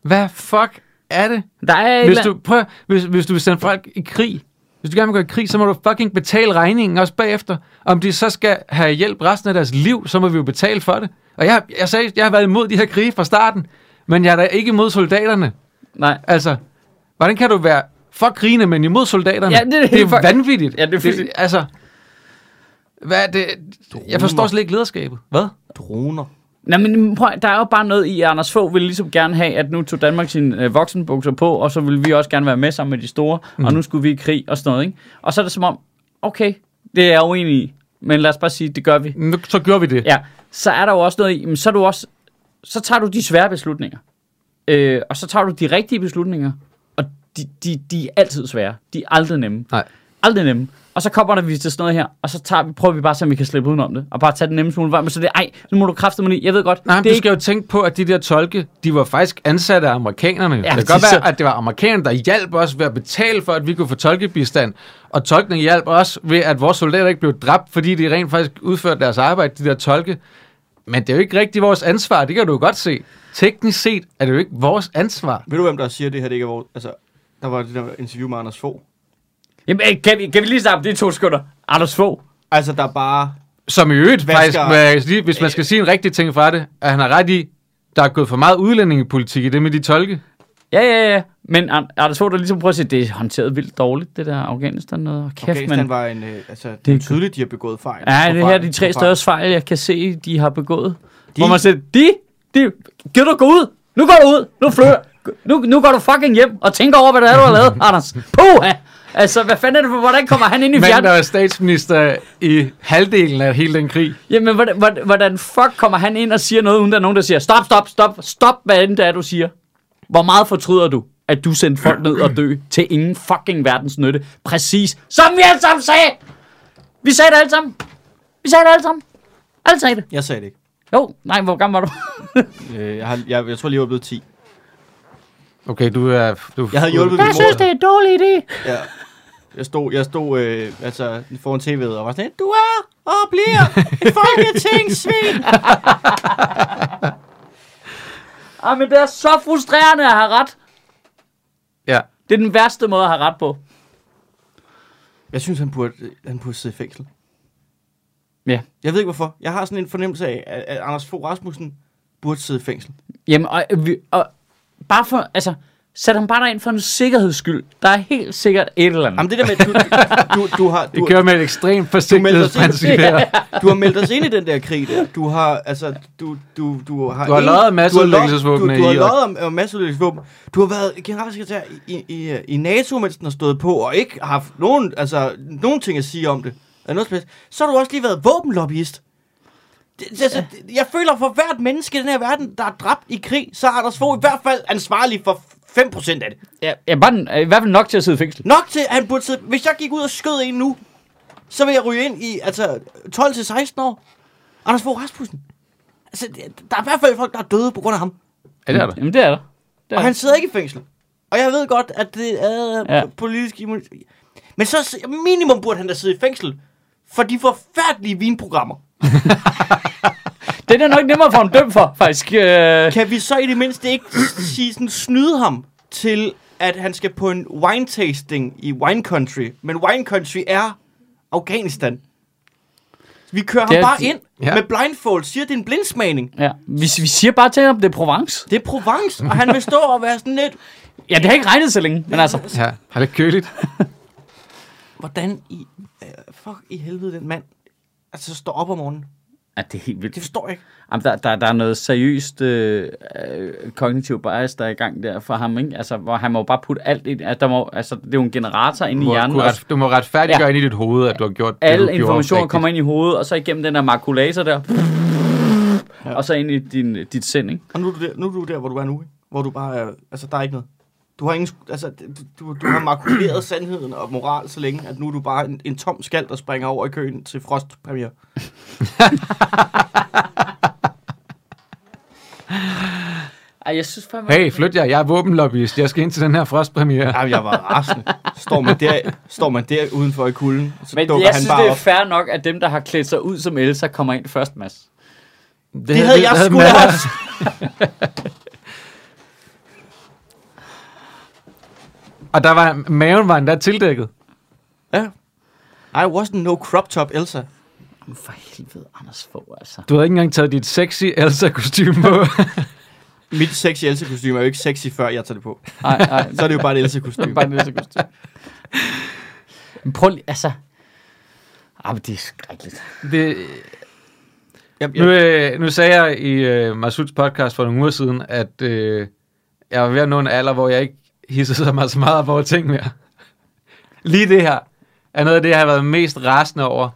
Speaker 2: Hvad fuck er det?
Speaker 1: Der er et
Speaker 2: Hvis
Speaker 1: eller...
Speaker 2: du, prøv, hvis, hvis du vil sende folk i krig, hvis du gerne vil gå i krig, så må du fucking betale regningen også bagefter. Om de så skal have hjælp resten af deres liv, så må vi jo betale for det. Og jeg, jeg sagde, jeg har været imod de her krige fra starten, men jeg er da ikke imod soldaterne.
Speaker 1: Nej.
Speaker 2: Altså, hvordan kan du være for krigene, men imod soldaterne?
Speaker 1: Ja, det er
Speaker 2: det er
Speaker 1: helt fuck-
Speaker 2: vanvittigt.
Speaker 1: Ja, det er fuldstændig-
Speaker 2: altså, hvad er det? Jeg forstår slet ikke lederskabet. Hvad?
Speaker 3: Droner.
Speaker 1: Nej, men mm, prøv, der er jo bare noget i, at Anders Fogh ville ligesom gerne have, at nu tog Danmark sine øh, voksenbukser på, og så ville vi også gerne være med sammen med de store, mm. og
Speaker 2: Mhm.
Speaker 1: nu skulle vi i krig og sådan noget, ikke? Og så er det som om, okay, det er jeg uenig i, men lad os bare sige, det gør vi.
Speaker 2: Nu, så gjorde vi det.
Speaker 1: Ja, så er der jo også noget i, men så, er du også, så tager du de svære beslutninger, øh, og så tager du de rigtige beslutninger, og de, de, de er altid svære. De er aldrig nemme.
Speaker 2: Nej.
Speaker 1: Aldrig nemme. Og så kommer der vi til sådan noget her, og så tager vi, prøver vi bare, så vi kan slippe udenom det, og bare tage den nemme smule vej, men så er det, ej, nu må du kræfte mig lige. Jeg ved godt,
Speaker 2: Nej, men
Speaker 1: det
Speaker 2: du
Speaker 1: er
Speaker 2: skal jo tænke på, at de der tolke, de var faktisk ansatte af amerikanerne. Ja, det kan
Speaker 1: de
Speaker 2: godt
Speaker 1: så-
Speaker 2: være, at det var amerikanerne, der hjalp os ved at betale for, at vi kunne få tolkebistand. Og tolkene hjalp os ved, at vores soldater ikke blev dræbt, fordi de rent faktisk udførte deres arbejde, de der tolke. Men det er jo ikke rigtig vores ansvar, det kan du jo godt se. Teknisk set er det jo ikke vores ansvar.
Speaker 3: Ved du, hvem der siger, at det her det ikke er vores... Altså, der var det der interview med Anders Fogh.
Speaker 1: Jamen, øh, kan vi, kan vi lige starte det i to sekunder? Anders Fogh.
Speaker 3: Altså, der er bare...
Speaker 2: Som i øvrigt,
Speaker 3: Hvad
Speaker 2: faktisk,
Speaker 3: skal-
Speaker 2: med- lige- hvis man skal sige en rigtig ting fra det, at han har ret i, der er gået for meget udlændingepolitik i det med de tolke.
Speaker 1: Ja, ja, ja. Men An- Anders Fogh, der ligesom prøver at sige, det er håndteret vildt dårligt, det der Afghanistan noget. Kæft,
Speaker 3: Kæft, Afghanistan
Speaker 1: man.
Speaker 3: var en... Øh, altså, det,
Speaker 1: er
Speaker 3: er tydeligt, de har begået fejl.
Speaker 1: Ja, det her er
Speaker 3: Fejl
Speaker 1: de
Speaker 3: på
Speaker 1: tre
Speaker 3: fejl.
Speaker 1: største fejl, jeg kan se, de har begået. De... Hvor man siger, de, de, giv du gå ud, nu går du ud, nu flyver, nu, nu går du fucking hjem og tænker over, hvad det er, du har lavet, Anders. Puh, altså, hvad fanden er det for, hvordan kommer han ind i
Speaker 2: Men der
Speaker 1: fjern?
Speaker 2: var statsminister i halvdelen af hele den krig.
Speaker 1: Jamen, hvordan, hvordan- hvordan fuck kommer han ind og siger noget, uden der er nogen, der siger, stop, stop, stop, stop, hvad end det er, du siger. Hvor meget fortryder du, at du sendte folk ned og dø til ingen fucking verdens nytte? Præcis, som vi alle sammen sagde! Vi sagde det alle sammen. Vi sagde det alle sammen. Alle sagde det.
Speaker 3: Jeg sagde det ikke.
Speaker 1: Jo, nej, hvor gammel var du?
Speaker 3: Øh, jeg, har, jeg, jeg tror lige, jeg var blevet 10.
Speaker 2: Okay, du er... Du,
Speaker 3: Jeg havde hjulpet
Speaker 2: du,
Speaker 3: min mor.
Speaker 1: er en dårlig idé.
Speaker 3: Ja. Jeg stod, jeg stod øh, altså, foran tv'et og var sådan, du er og bliver et folketingssvin.
Speaker 1: Ah, men det er så frustrerende at have ret.
Speaker 2: Ja.
Speaker 1: Det er den værste måde at have ret på.
Speaker 3: Jeg synes, han burde, han burde sidde i fængsel.
Speaker 1: Ja.
Speaker 3: Jeg ved ikke hvorfor. Jeg har sådan en fornemmelse af, at, at Anders Fogh Rasmussen burde sidde i fængsel.
Speaker 1: Jamen, og, øh, vi- og bare for, altså, sæt ham bare derind for en sikkerheds skyld. Der er helt sikkert et eller andet.
Speaker 3: Jamen det der med, at du, du, du, har,
Speaker 2: Det
Speaker 3: du,
Speaker 2: kører med et ekstremt forsigtighedsprincip her.
Speaker 3: du har meldt os ind i den der krig der. Du har, altså, du, du, du har...
Speaker 2: Du har
Speaker 3: en-
Speaker 2: løjet om
Speaker 3: du har
Speaker 2: masseudlæggelsesvåben i
Speaker 3: løjet- Du, du har
Speaker 2: Irak.
Speaker 3: løjet om, om masseudlæggelsesvåben. Du har været generalsekretær i, i, i, i NATO, mens den har stået på, og ikke har haft nogen, altså, nogen ting at sige om det. Eller noget som helst. Så har du også lige været våbenlobbyist. Det, det, altså, det- jeg føler, for hvert menneske i den her verden, der er dræbt i krig, så er Anders Fogh i hvert fald ansvarlig for 5% af det.
Speaker 1: Ja, ja bare den, øh, i hvert fald nok til at sidde i fængsel.
Speaker 3: Nok til, at han burde sidde... Hvis jeg gik ud og skød en nu, så ville jeg ryge ind i altså, 12-16 år. Anders Fogh Rasmussen. Altså, det- der er i hvert fald folk, der er døde på grund af ham.
Speaker 2: Ja, det er der.
Speaker 1: Jamen, det er der. Det er
Speaker 3: Og
Speaker 1: der.
Speaker 3: han sidder ikke i fængsel. Og jeg ved godt, at det er
Speaker 1: Ja.
Speaker 3: ja. politisk immunitet. Men så s- minimum burde han da sidde i fængsel for de forfærdelige vinprogrammer.
Speaker 1: Det er da nok nemmere for ham dømt for, faktisk. Øh,
Speaker 3: Kan vi så i det mindste ikke sige sådan, snyde ham til, at han skal på en wine tasting i wine country? Men wine country er Afghanistan. Vi kører
Speaker 1: Det
Speaker 3: ham
Speaker 1: er- altså-
Speaker 3: bare ind
Speaker 2: ja.
Speaker 3: ja. med blindfold, siger, det er en blindsmagning.
Speaker 1: ja. vi, vi siger bare til ham, det er Provence.
Speaker 3: Det er Provence, og han vil stå og være sådan lidt,
Speaker 1: Ja, det har ikke regnet så længe, men altså.
Speaker 2: Ja, har det køligt.
Speaker 3: hvordan i, uh, fuck i helvede den mand, altså står op om morgenen.
Speaker 1: Ja, det er helt vildt.
Speaker 3: Det forstår jeg ikke.
Speaker 1: Jamen, der, der, der er noget seriøst øh, øh, kognitiv bias, der er i gang der for ham, ikke? Altså, hvor han må jo bare putte alt ind. Altså, der må, altså, det er jo en generator inde i
Speaker 2: Du må,
Speaker 1: hjernen.
Speaker 2: kunne
Speaker 1: og
Speaker 2: ret, du må retfærdiggøre ja. ind i dit hoved, at du har gjort det,
Speaker 1: alle
Speaker 2: du
Speaker 1: informationer
Speaker 2: gjorde
Speaker 1: kommer ind i hovedet, og så igennem den der makulator der. ja. og så ind i din, dit sind, ikke?
Speaker 3: Og nu er, du der, nu er du der, hvor du er nu, ikke? Hvor du bare er... Altså, der er ikke noget. Du har, ingen, sk- altså, du- du, du har makuleret sandheden og moral så længe, at nu er du bare en, en tom skald, der springer over i køen til frostpremiere.
Speaker 1: Ej, jeg synes fandme...
Speaker 2: Hey, flyt jer, jeg er våbenlobbyist. Jeg skal ind til den her frostpremiere.
Speaker 3: Jamen, jeg var rasende. Står man der, står man der udenfor i kulden, så
Speaker 1: Men
Speaker 3: dukker
Speaker 1: jeg
Speaker 3: han
Speaker 1: synes,
Speaker 3: bare
Speaker 1: det er
Speaker 3: op.
Speaker 1: fair nok, at dem, der har klædt sig ud som Elsa, kommer ind først, Mads.
Speaker 2: Det,
Speaker 3: Det havde jeg sgu da også.
Speaker 2: Og der var, maven var endda tildækket.
Speaker 3: Ja. I wasn't no crop top Elsa.
Speaker 1: Jamen, for helvede, Anders Fogh, altså.
Speaker 2: Du havde ikke engang taget dit sexy Elsa-kostyme på.
Speaker 3: Mit sexy elsa kostume er jo ikke sexy, før jeg tager det på.
Speaker 1: Nej, nej,
Speaker 3: Så er det jo bare et elsa kostume
Speaker 1: bare en lille sekund. Men prøv lige, altså... Ah, men det er skrækkeligt.
Speaker 2: det,
Speaker 3: Jamen,
Speaker 2: nu,
Speaker 3: jeg,
Speaker 2: øh, nu sagde jeg i øh, Masuds podcast for nogle uger siden, at øh, jeg var ved at nå en alder, hvor jeg ikke hissede så meget, så meget op over ting mere. Lige det her er noget af det, jeg har været mest rasende over.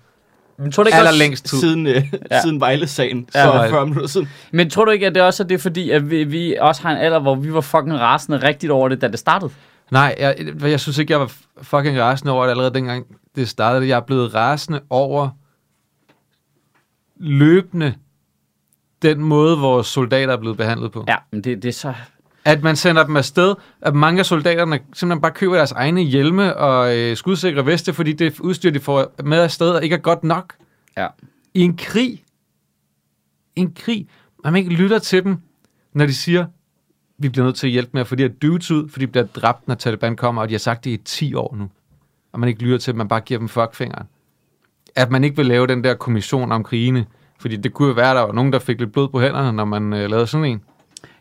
Speaker 1: Men tror du ikke også,
Speaker 2: Allerlængst tid.
Speaker 3: siden, øh,
Speaker 1: Ja.
Speaker 3: ja. siden Vejle-sagen,
Speaker 2: Ja,
Speaker 3: ja, for
Speaker 2: Vejle.
Speaker 3: 40 minutter siden.
Speaker 1: men tror du ikke, at det også er det, fordi at vi, vi også har en alder, hvor vi var fucking rasende rigtigt over det, da det startede?
Speaker 2: Nej, jeg, jeg synes ikke, jeg var fucking rasende over det allerede dengang det startede. Jeg er blevet rasende over løbende den måde, vores soldater er blevet behandlet på.
Speaker 1: Ja, men det, det er så...
Speaker 2: At man sender dem afsted, at mange af soldaterne simpelthen bare køber deres egne hjelme og øh, skudsikre veste, fordi det udstyr, de får med afsted, og ikke er godt nok.
Speaker 1: Ja.
Speaker 2: I en krig, en krig, at man ikke lytter til dem, når de siger, vi bliver nødt til at hjælpe med at få de her dudes ud, for de bliver dræbt, når Taliban kommer, og de har sagt det i 10 år nu. Og man ikke lytter til dem, man bare giver dem fuckfingeren. At man ikke vil lave den der kommission om krigene, fordi det kunne jo være, at der var nogen, der fik lidt blod på hænderne, når man øh, lavede sådan en.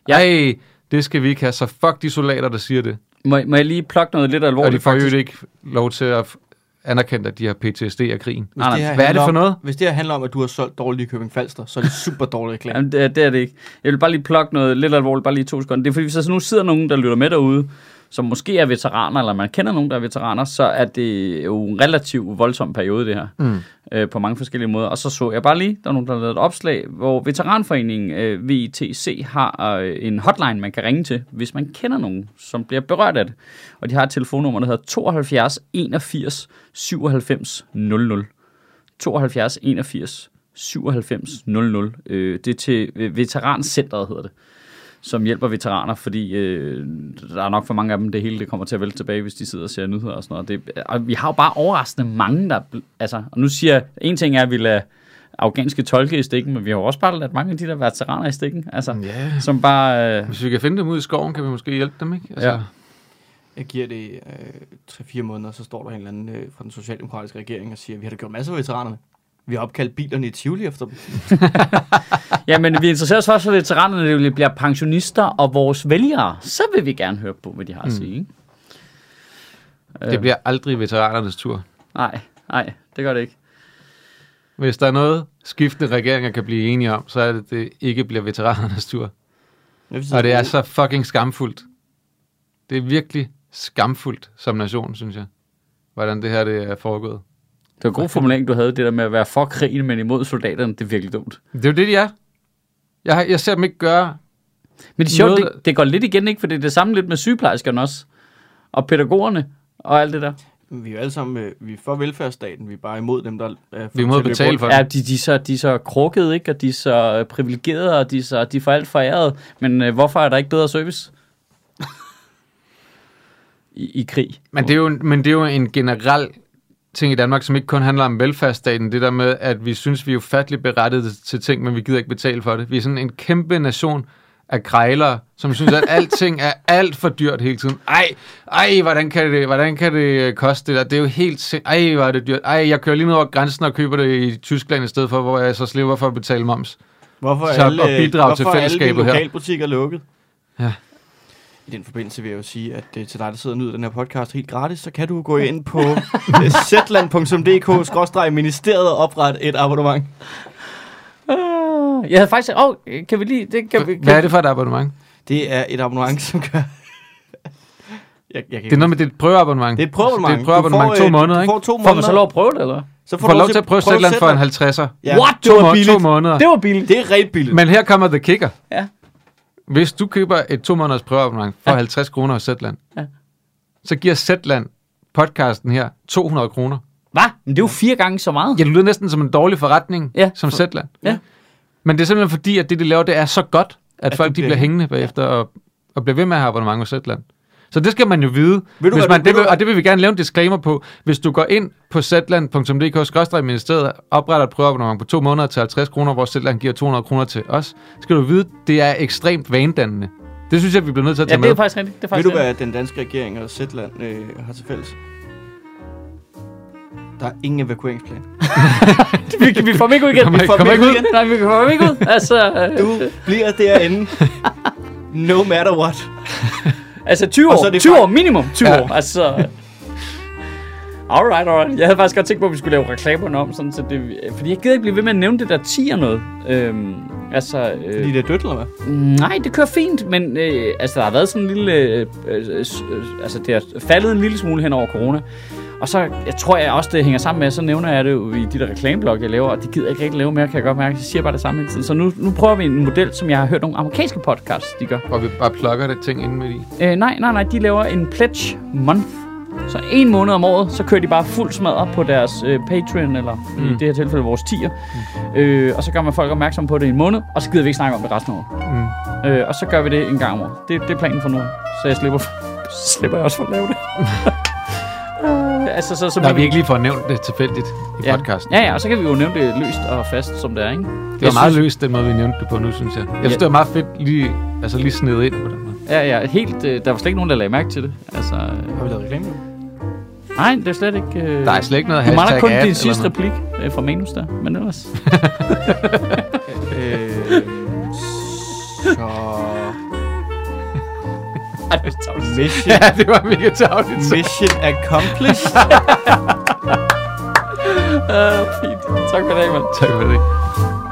Speaker 1: Ja.
Speaker 2: Ja. Ej, det skal vi ikke have, så fuck de soldater, der siger det.
Speaker 1: Må, må jeg lige plukke noget lidt
Speaker 2: Og de
Speaker 1: alvorligt?
Speaker 2: får jo ikke lov til at f- anerkende, at de har PTSD af krigen.
Speaker 3: Hvis
Speaker 1: Anders,
Speaker 3: her
Speaker 2: hvad er det
Speaker 3: handler
Speaker 2: for noget?
Speaker 3: Om, hvis det her handler om, at du har solgt dårlige Købing Falster, så er det super dårlig reklame.
Speaker 1: Jamen, det, er- det er det ikke. Jeg vil bare lige plukke noget lidt alvorligt, bare lige to sekunder. Det er fordi, hvis der så nu sidder nogen, der lytter med derude, som måske er veteraner, eller man kender nogen, der er veteraner, så er det jo en relativt voldsom periode, det her. Mm. Øh, på mange forskellige måder. Og så så jeg bare lige, der er nogen, der har lavet et opslag, hvor Veteranforeningen øh, VITC har øh, en hotline, man kan ringe til, hvis man kender nogen, som bliver berørt af det. Og de har et telefonnummer, der hedder 72 81 97 00. 72 81 97 00. Øh, det er til øh, Veterancentret, hedder det, som hjælper veteraner, fordi øh, der er nok for mange af dem, det hele det kommer til at vælte tilbage, hvis de sidder og ser nyheder og sådan noget. Det, øh, og vi har jo bare overraskende mange, der... er bl- Altså, og nu siger jeg, en ting er, at vi lader afghanske tolke i stikken, men vi har jo også bare ladt mange af de der veteraner i stikken, altså,
Speaker 2: Ja.
Speaker 1: som bare... Øh,
Speaker 2: Hvis vi kan finde dem ud i skoven, kan vi måske hjælpe dem, ikke? Altså,
Speaker 1: Ja.
Speaker 3: Jeg giver det øh, 3-4 måneder, så står der en eller anden øh, fra den socialdemokratiske regering og siger, vi har da gjort masser af veteranerne. Vi har opkaldt bilerne i Tivoli efter dem.
Speaker 1: Ja, men vi interesserer os også for veteranerne, når de bliver pensionister og vores vælgere. Så vil vi gerne høre på, hvad de har at sige. Ikke?
Speaker 2: Det bliver aldrig veteranernes tur.
Speaker 1: Nej, nej, det gør det ikke.
Speaker 2: Hvis der er noget, skiftende regeringer kan blive enige om, så er det, det ikke bliver veteranernes tur.
Speaker 3: Jeg synes,
Speaker 2: Og det er
Speaker 3: det-
Speaker 2: så fucking skamfuldt. Det er virkelig skamfuldt som nation, synes jeg. Hvordan det her det er foregået.
Speaker 1: Det var en god formulering, du havde, det der med at være for krigen, men imod soldaterne. Det er virkelig dumt.
Speaker 2: Det er jo det, de er. Jeg, har- jeg ser dem ikke gøre...
Speaker 1: Men det er sjovt,
Speaker 2: Noget-
Speaker 1: det, det går lidt igen, ikke? For det er det samme lidt med sygeplejerskerne også. Og pædagogerne og alt det der.
Speaker 3: Vi er jo alle sammen øh, vi er for velfærdsstaten, vi er bare imod dem, der er
Speaker 2: Vi er imod at betale for
Speaker 1: Ja,
Speaker 2: det.
Speaker 1: de, de, er så, de er så krukkede, ikke? Og de er så øh, privilegerede, og de er, så, de er for alt foræret. Men øh, hvorfor er der ikke bedre service? I, I krig.
Speaker 2: Men det, er jo, en- men det er jo en generel ting i Danmark, som ikke kun handler om velfærdsstaten. Det der med, at vi synes, vi er ufatteligt berettiget til ting, men vi gider ikke betale for det. Vi er sådan en kæmpe nation af krejlere, som synes, at alting er alt for dyrt hele tiden. Ej, ej, hvordan kan det, hvordan kan det øh, koste det der? Det er jo helt sind... Ej, hvor er det dyrt. Ej, jeg kører lige ned over grænsen og køber det i Tyskland i stedet for, hvor jeg så slipper for at betale moms.
Speaker 3: Hvorfor
Speaker 2: Så
Speaker 3: er alle,
Speaker 2: at bidrage til
Speaker 3: hvorfor er alle
Speaker 2: fællesskabet
Speaker 3: dine
Speaker 2: her.
Speaker 3: lokalbutikker lukket?
Speaker 2: Ja.
Speaker 3: I den forbindelse vil jeg jo sige, at øh, til dig, der sidder og nyder den her podcast helt gratis, så kan du gå ind på øh, zetland.dk-ministeriet og oprette et abonnement.
Speaker 1: Øh, Jeg havde faktisk... Åh, oh, kan vi lige... Det kan vi, kan,
Speaker 2: Hvad er det for et abonnement?
Speaker 3: Det er et abonnement, som gør... jeg, jeg kan
Speaker 2: Det er noget med dit prøveabonnement.
Speaker 3: det er et prøveabonnement.
Speaker 2: Det er et prøveabonnement
Speaker 3: Du får,
Speaker 2: to
Speaker 3: øh,
Speaker 2: måneder,
Speaker 3: du
Speaker 2: ikke?
Speaker 3: får to
Speaker 1: Får
Speaker 3: måneder.
Speaker 1: man så lov at prøve det, eller?
Speaker 3: Så
Speaker 2: Får lov til at prøve at sætte den for en 50'er.
Speaker 3: Ja.
Speaker 1: What?
Speaker 2: To,
Speaker 1: Det var
Speaker 2: må- to
Speaker 1: billigt.
Speaker 2: måneder.
Speaker 1: Det var billigt.
Speaker 3: Det er rigtig billigt.
Speaker 2: Men her kommer the kicker.
Speaker 1: Ja.
Speaker 2: Hvis du køber et to måneders prøveabonnement for 50 kroner hos Zetland,
Speaker 1: Ja.
Speaker 2: så giver Zetland podcasten her 200 kroner.
Speaker 1: Hvad? Men det var fire gange så meget.
Speaker 2: Ja, det lyder næsten som en dårlig forretning
Speaker 1: Ja.
Speaker 2: som Zetland.
Speaker 1: Ja.
Speaker 2: Men det er simpelthen fordi, at det, de laver, det er så godt, at, folk de
Speaker 3: bliver
Speaker 2: bliver hængende bagefter og, og bliver ved med at have abonnement hos Zetland. Så det skal man jo vide.
Speaker 3: Ved du,
Speaker 2: hvis man,
Speaker 3: hvad du- ved
Speaker 2: det
Speaker 3: du,
Speaker 2: vil,
Speaker 3: hvad-
Speaker 2: og det vil vi gerne lave en disclaimer på. Hvis du går ind på zetland.dk-ministeriet, opretter et prøveabonnement på to måneder til 50 kroner, hvor Zetland giver 200 kroner til os, skal du vide, det er ekstremt vanedannende. Det synes jeg, vi bliver nødt til at
Speaker 1: Ja,
Speaker 2: tage
Speaker 1: det er
Speaker 2: med.
Speaker 1: faktisk rigtigt. Det er
Speaker 3: Ved
Speaker 1: faktisk
Speaker 3: du,
Speaker 1: rigtigt.
Speaker 3: hvad den danske regering og Sætland øh, har til fælles? Der er ingen evakueringsplan.
Speaker 1: vi, vi får dem ikke ud igen.
Speaker 2: Kommer
Speaker 1: Vi
Speaker 2: ikke-
Speaker 1: får dem
Speaker 2: kommer
Speaker 1: ikke ud
Speaker 2: ikke
Speaker 1: igen. Nej, vi får dem ikke ud. Altså, øh,
Speaker 3: Du bliver derinde. No matter what.
Speaker 1: altså 20
Speaker 3: Og så
Speaker 1: år.
Speaker 3: er det
Speaker 1: 20
Speaker 3: fakt-
Speaker 1: år minimum. 20
Speaker 2: Ja.
Speaker 1: år. Altså... Alright, alright. Jeg havde faktisk godt tænkt på, at vi skulle lave reklamerne om, sådan, så det, fordi jeg gider ikke blive ved med at nævne det der tier noget. Øhm, altså, øh,
Speaker 3: Fordi det er dødt, eller hvad?
Speaker 1: Nej, det kører fint, men øh, altså, der har været sådan en lille... Øh, øh, s- øh, altså, det har faldet en lille smule hen over corona. Og så, jeg tror jeg også, det hænger sammen med, at så nævner jeg det jo i de der reklameblog, jeg laver, og det gider jeg ikke rigtig lave mere, kan jeg godt mærke. Jeg siger bare det samme hele tiden. Så nu, nu prøver vi en model, som jeg har hørt nogle amerikanske podcasts, de gør.
Speaker 2: Og vi bare plukker det ting ind med i.
Speaker 1: Øh, nej, nej, nej, de laver en pledge month. Så en måned om året, så kører de bare fuld smadret på deres øh, Patreon, eller mm. i det her tilfælde vores tier. Mm. Øh, og så gør man folk opmærksom på det i en måned, og så gider vi ikke snakke om det resten af året. Mm. Øh, og så gør vi det en gang om året. Det, det er planen for nu. Så jeg slipper, slipper jeg også for at lave det. øh, altså, så, så
Speaker 2: Der
Speaker 1: bliver
Speaker 2: vi ikke lige får nævnt det tilfældigt i
Speaker 1: ja.
Speaker 2: podcasten.
Speaker 1: Ja, ja, og så kan vi jo nævne det løst og fast, som det er, ikke?
Speaker 2: Det var meget løst, den måde, vi nævnte det på nu, synes jeg. Jeg synes,
Speaker 1: Ja.
Speaker 2: det var meget fedt lige, altså lige snedet ind på den måde.
Speaker 1: Ja, ja, helt... Øh, der var slet ikke nogen, der lagde mærke til det. Altså, øh,
Speaker 3: Har vi lavet reklame nu?
Speaker 1: nej, det er slet ikke... Øh,
Speaker 2: Der er slet ikke noget
Speaker 1: Du mangler
Speaker 2: hashtag
Speaker 1: kun
Speaker 2: ad
Speaker 1: din
Speaker 2: eller
Speaker 1: sidste
Speaker 2: noget.
Speaker 1: replik øh, fra Manus der, men ellers...
Speaker 3: Øh, så...
Speaker 1: Ej, det er tavligt.
Speaker 3: Mission,
Speaker 2: Ja, det var mega tavligt.
Speaker 3: mission accomplished.
Speaker 1: Øh, fint. Tak for i dag, mand.
Speaker 2: Tak for det.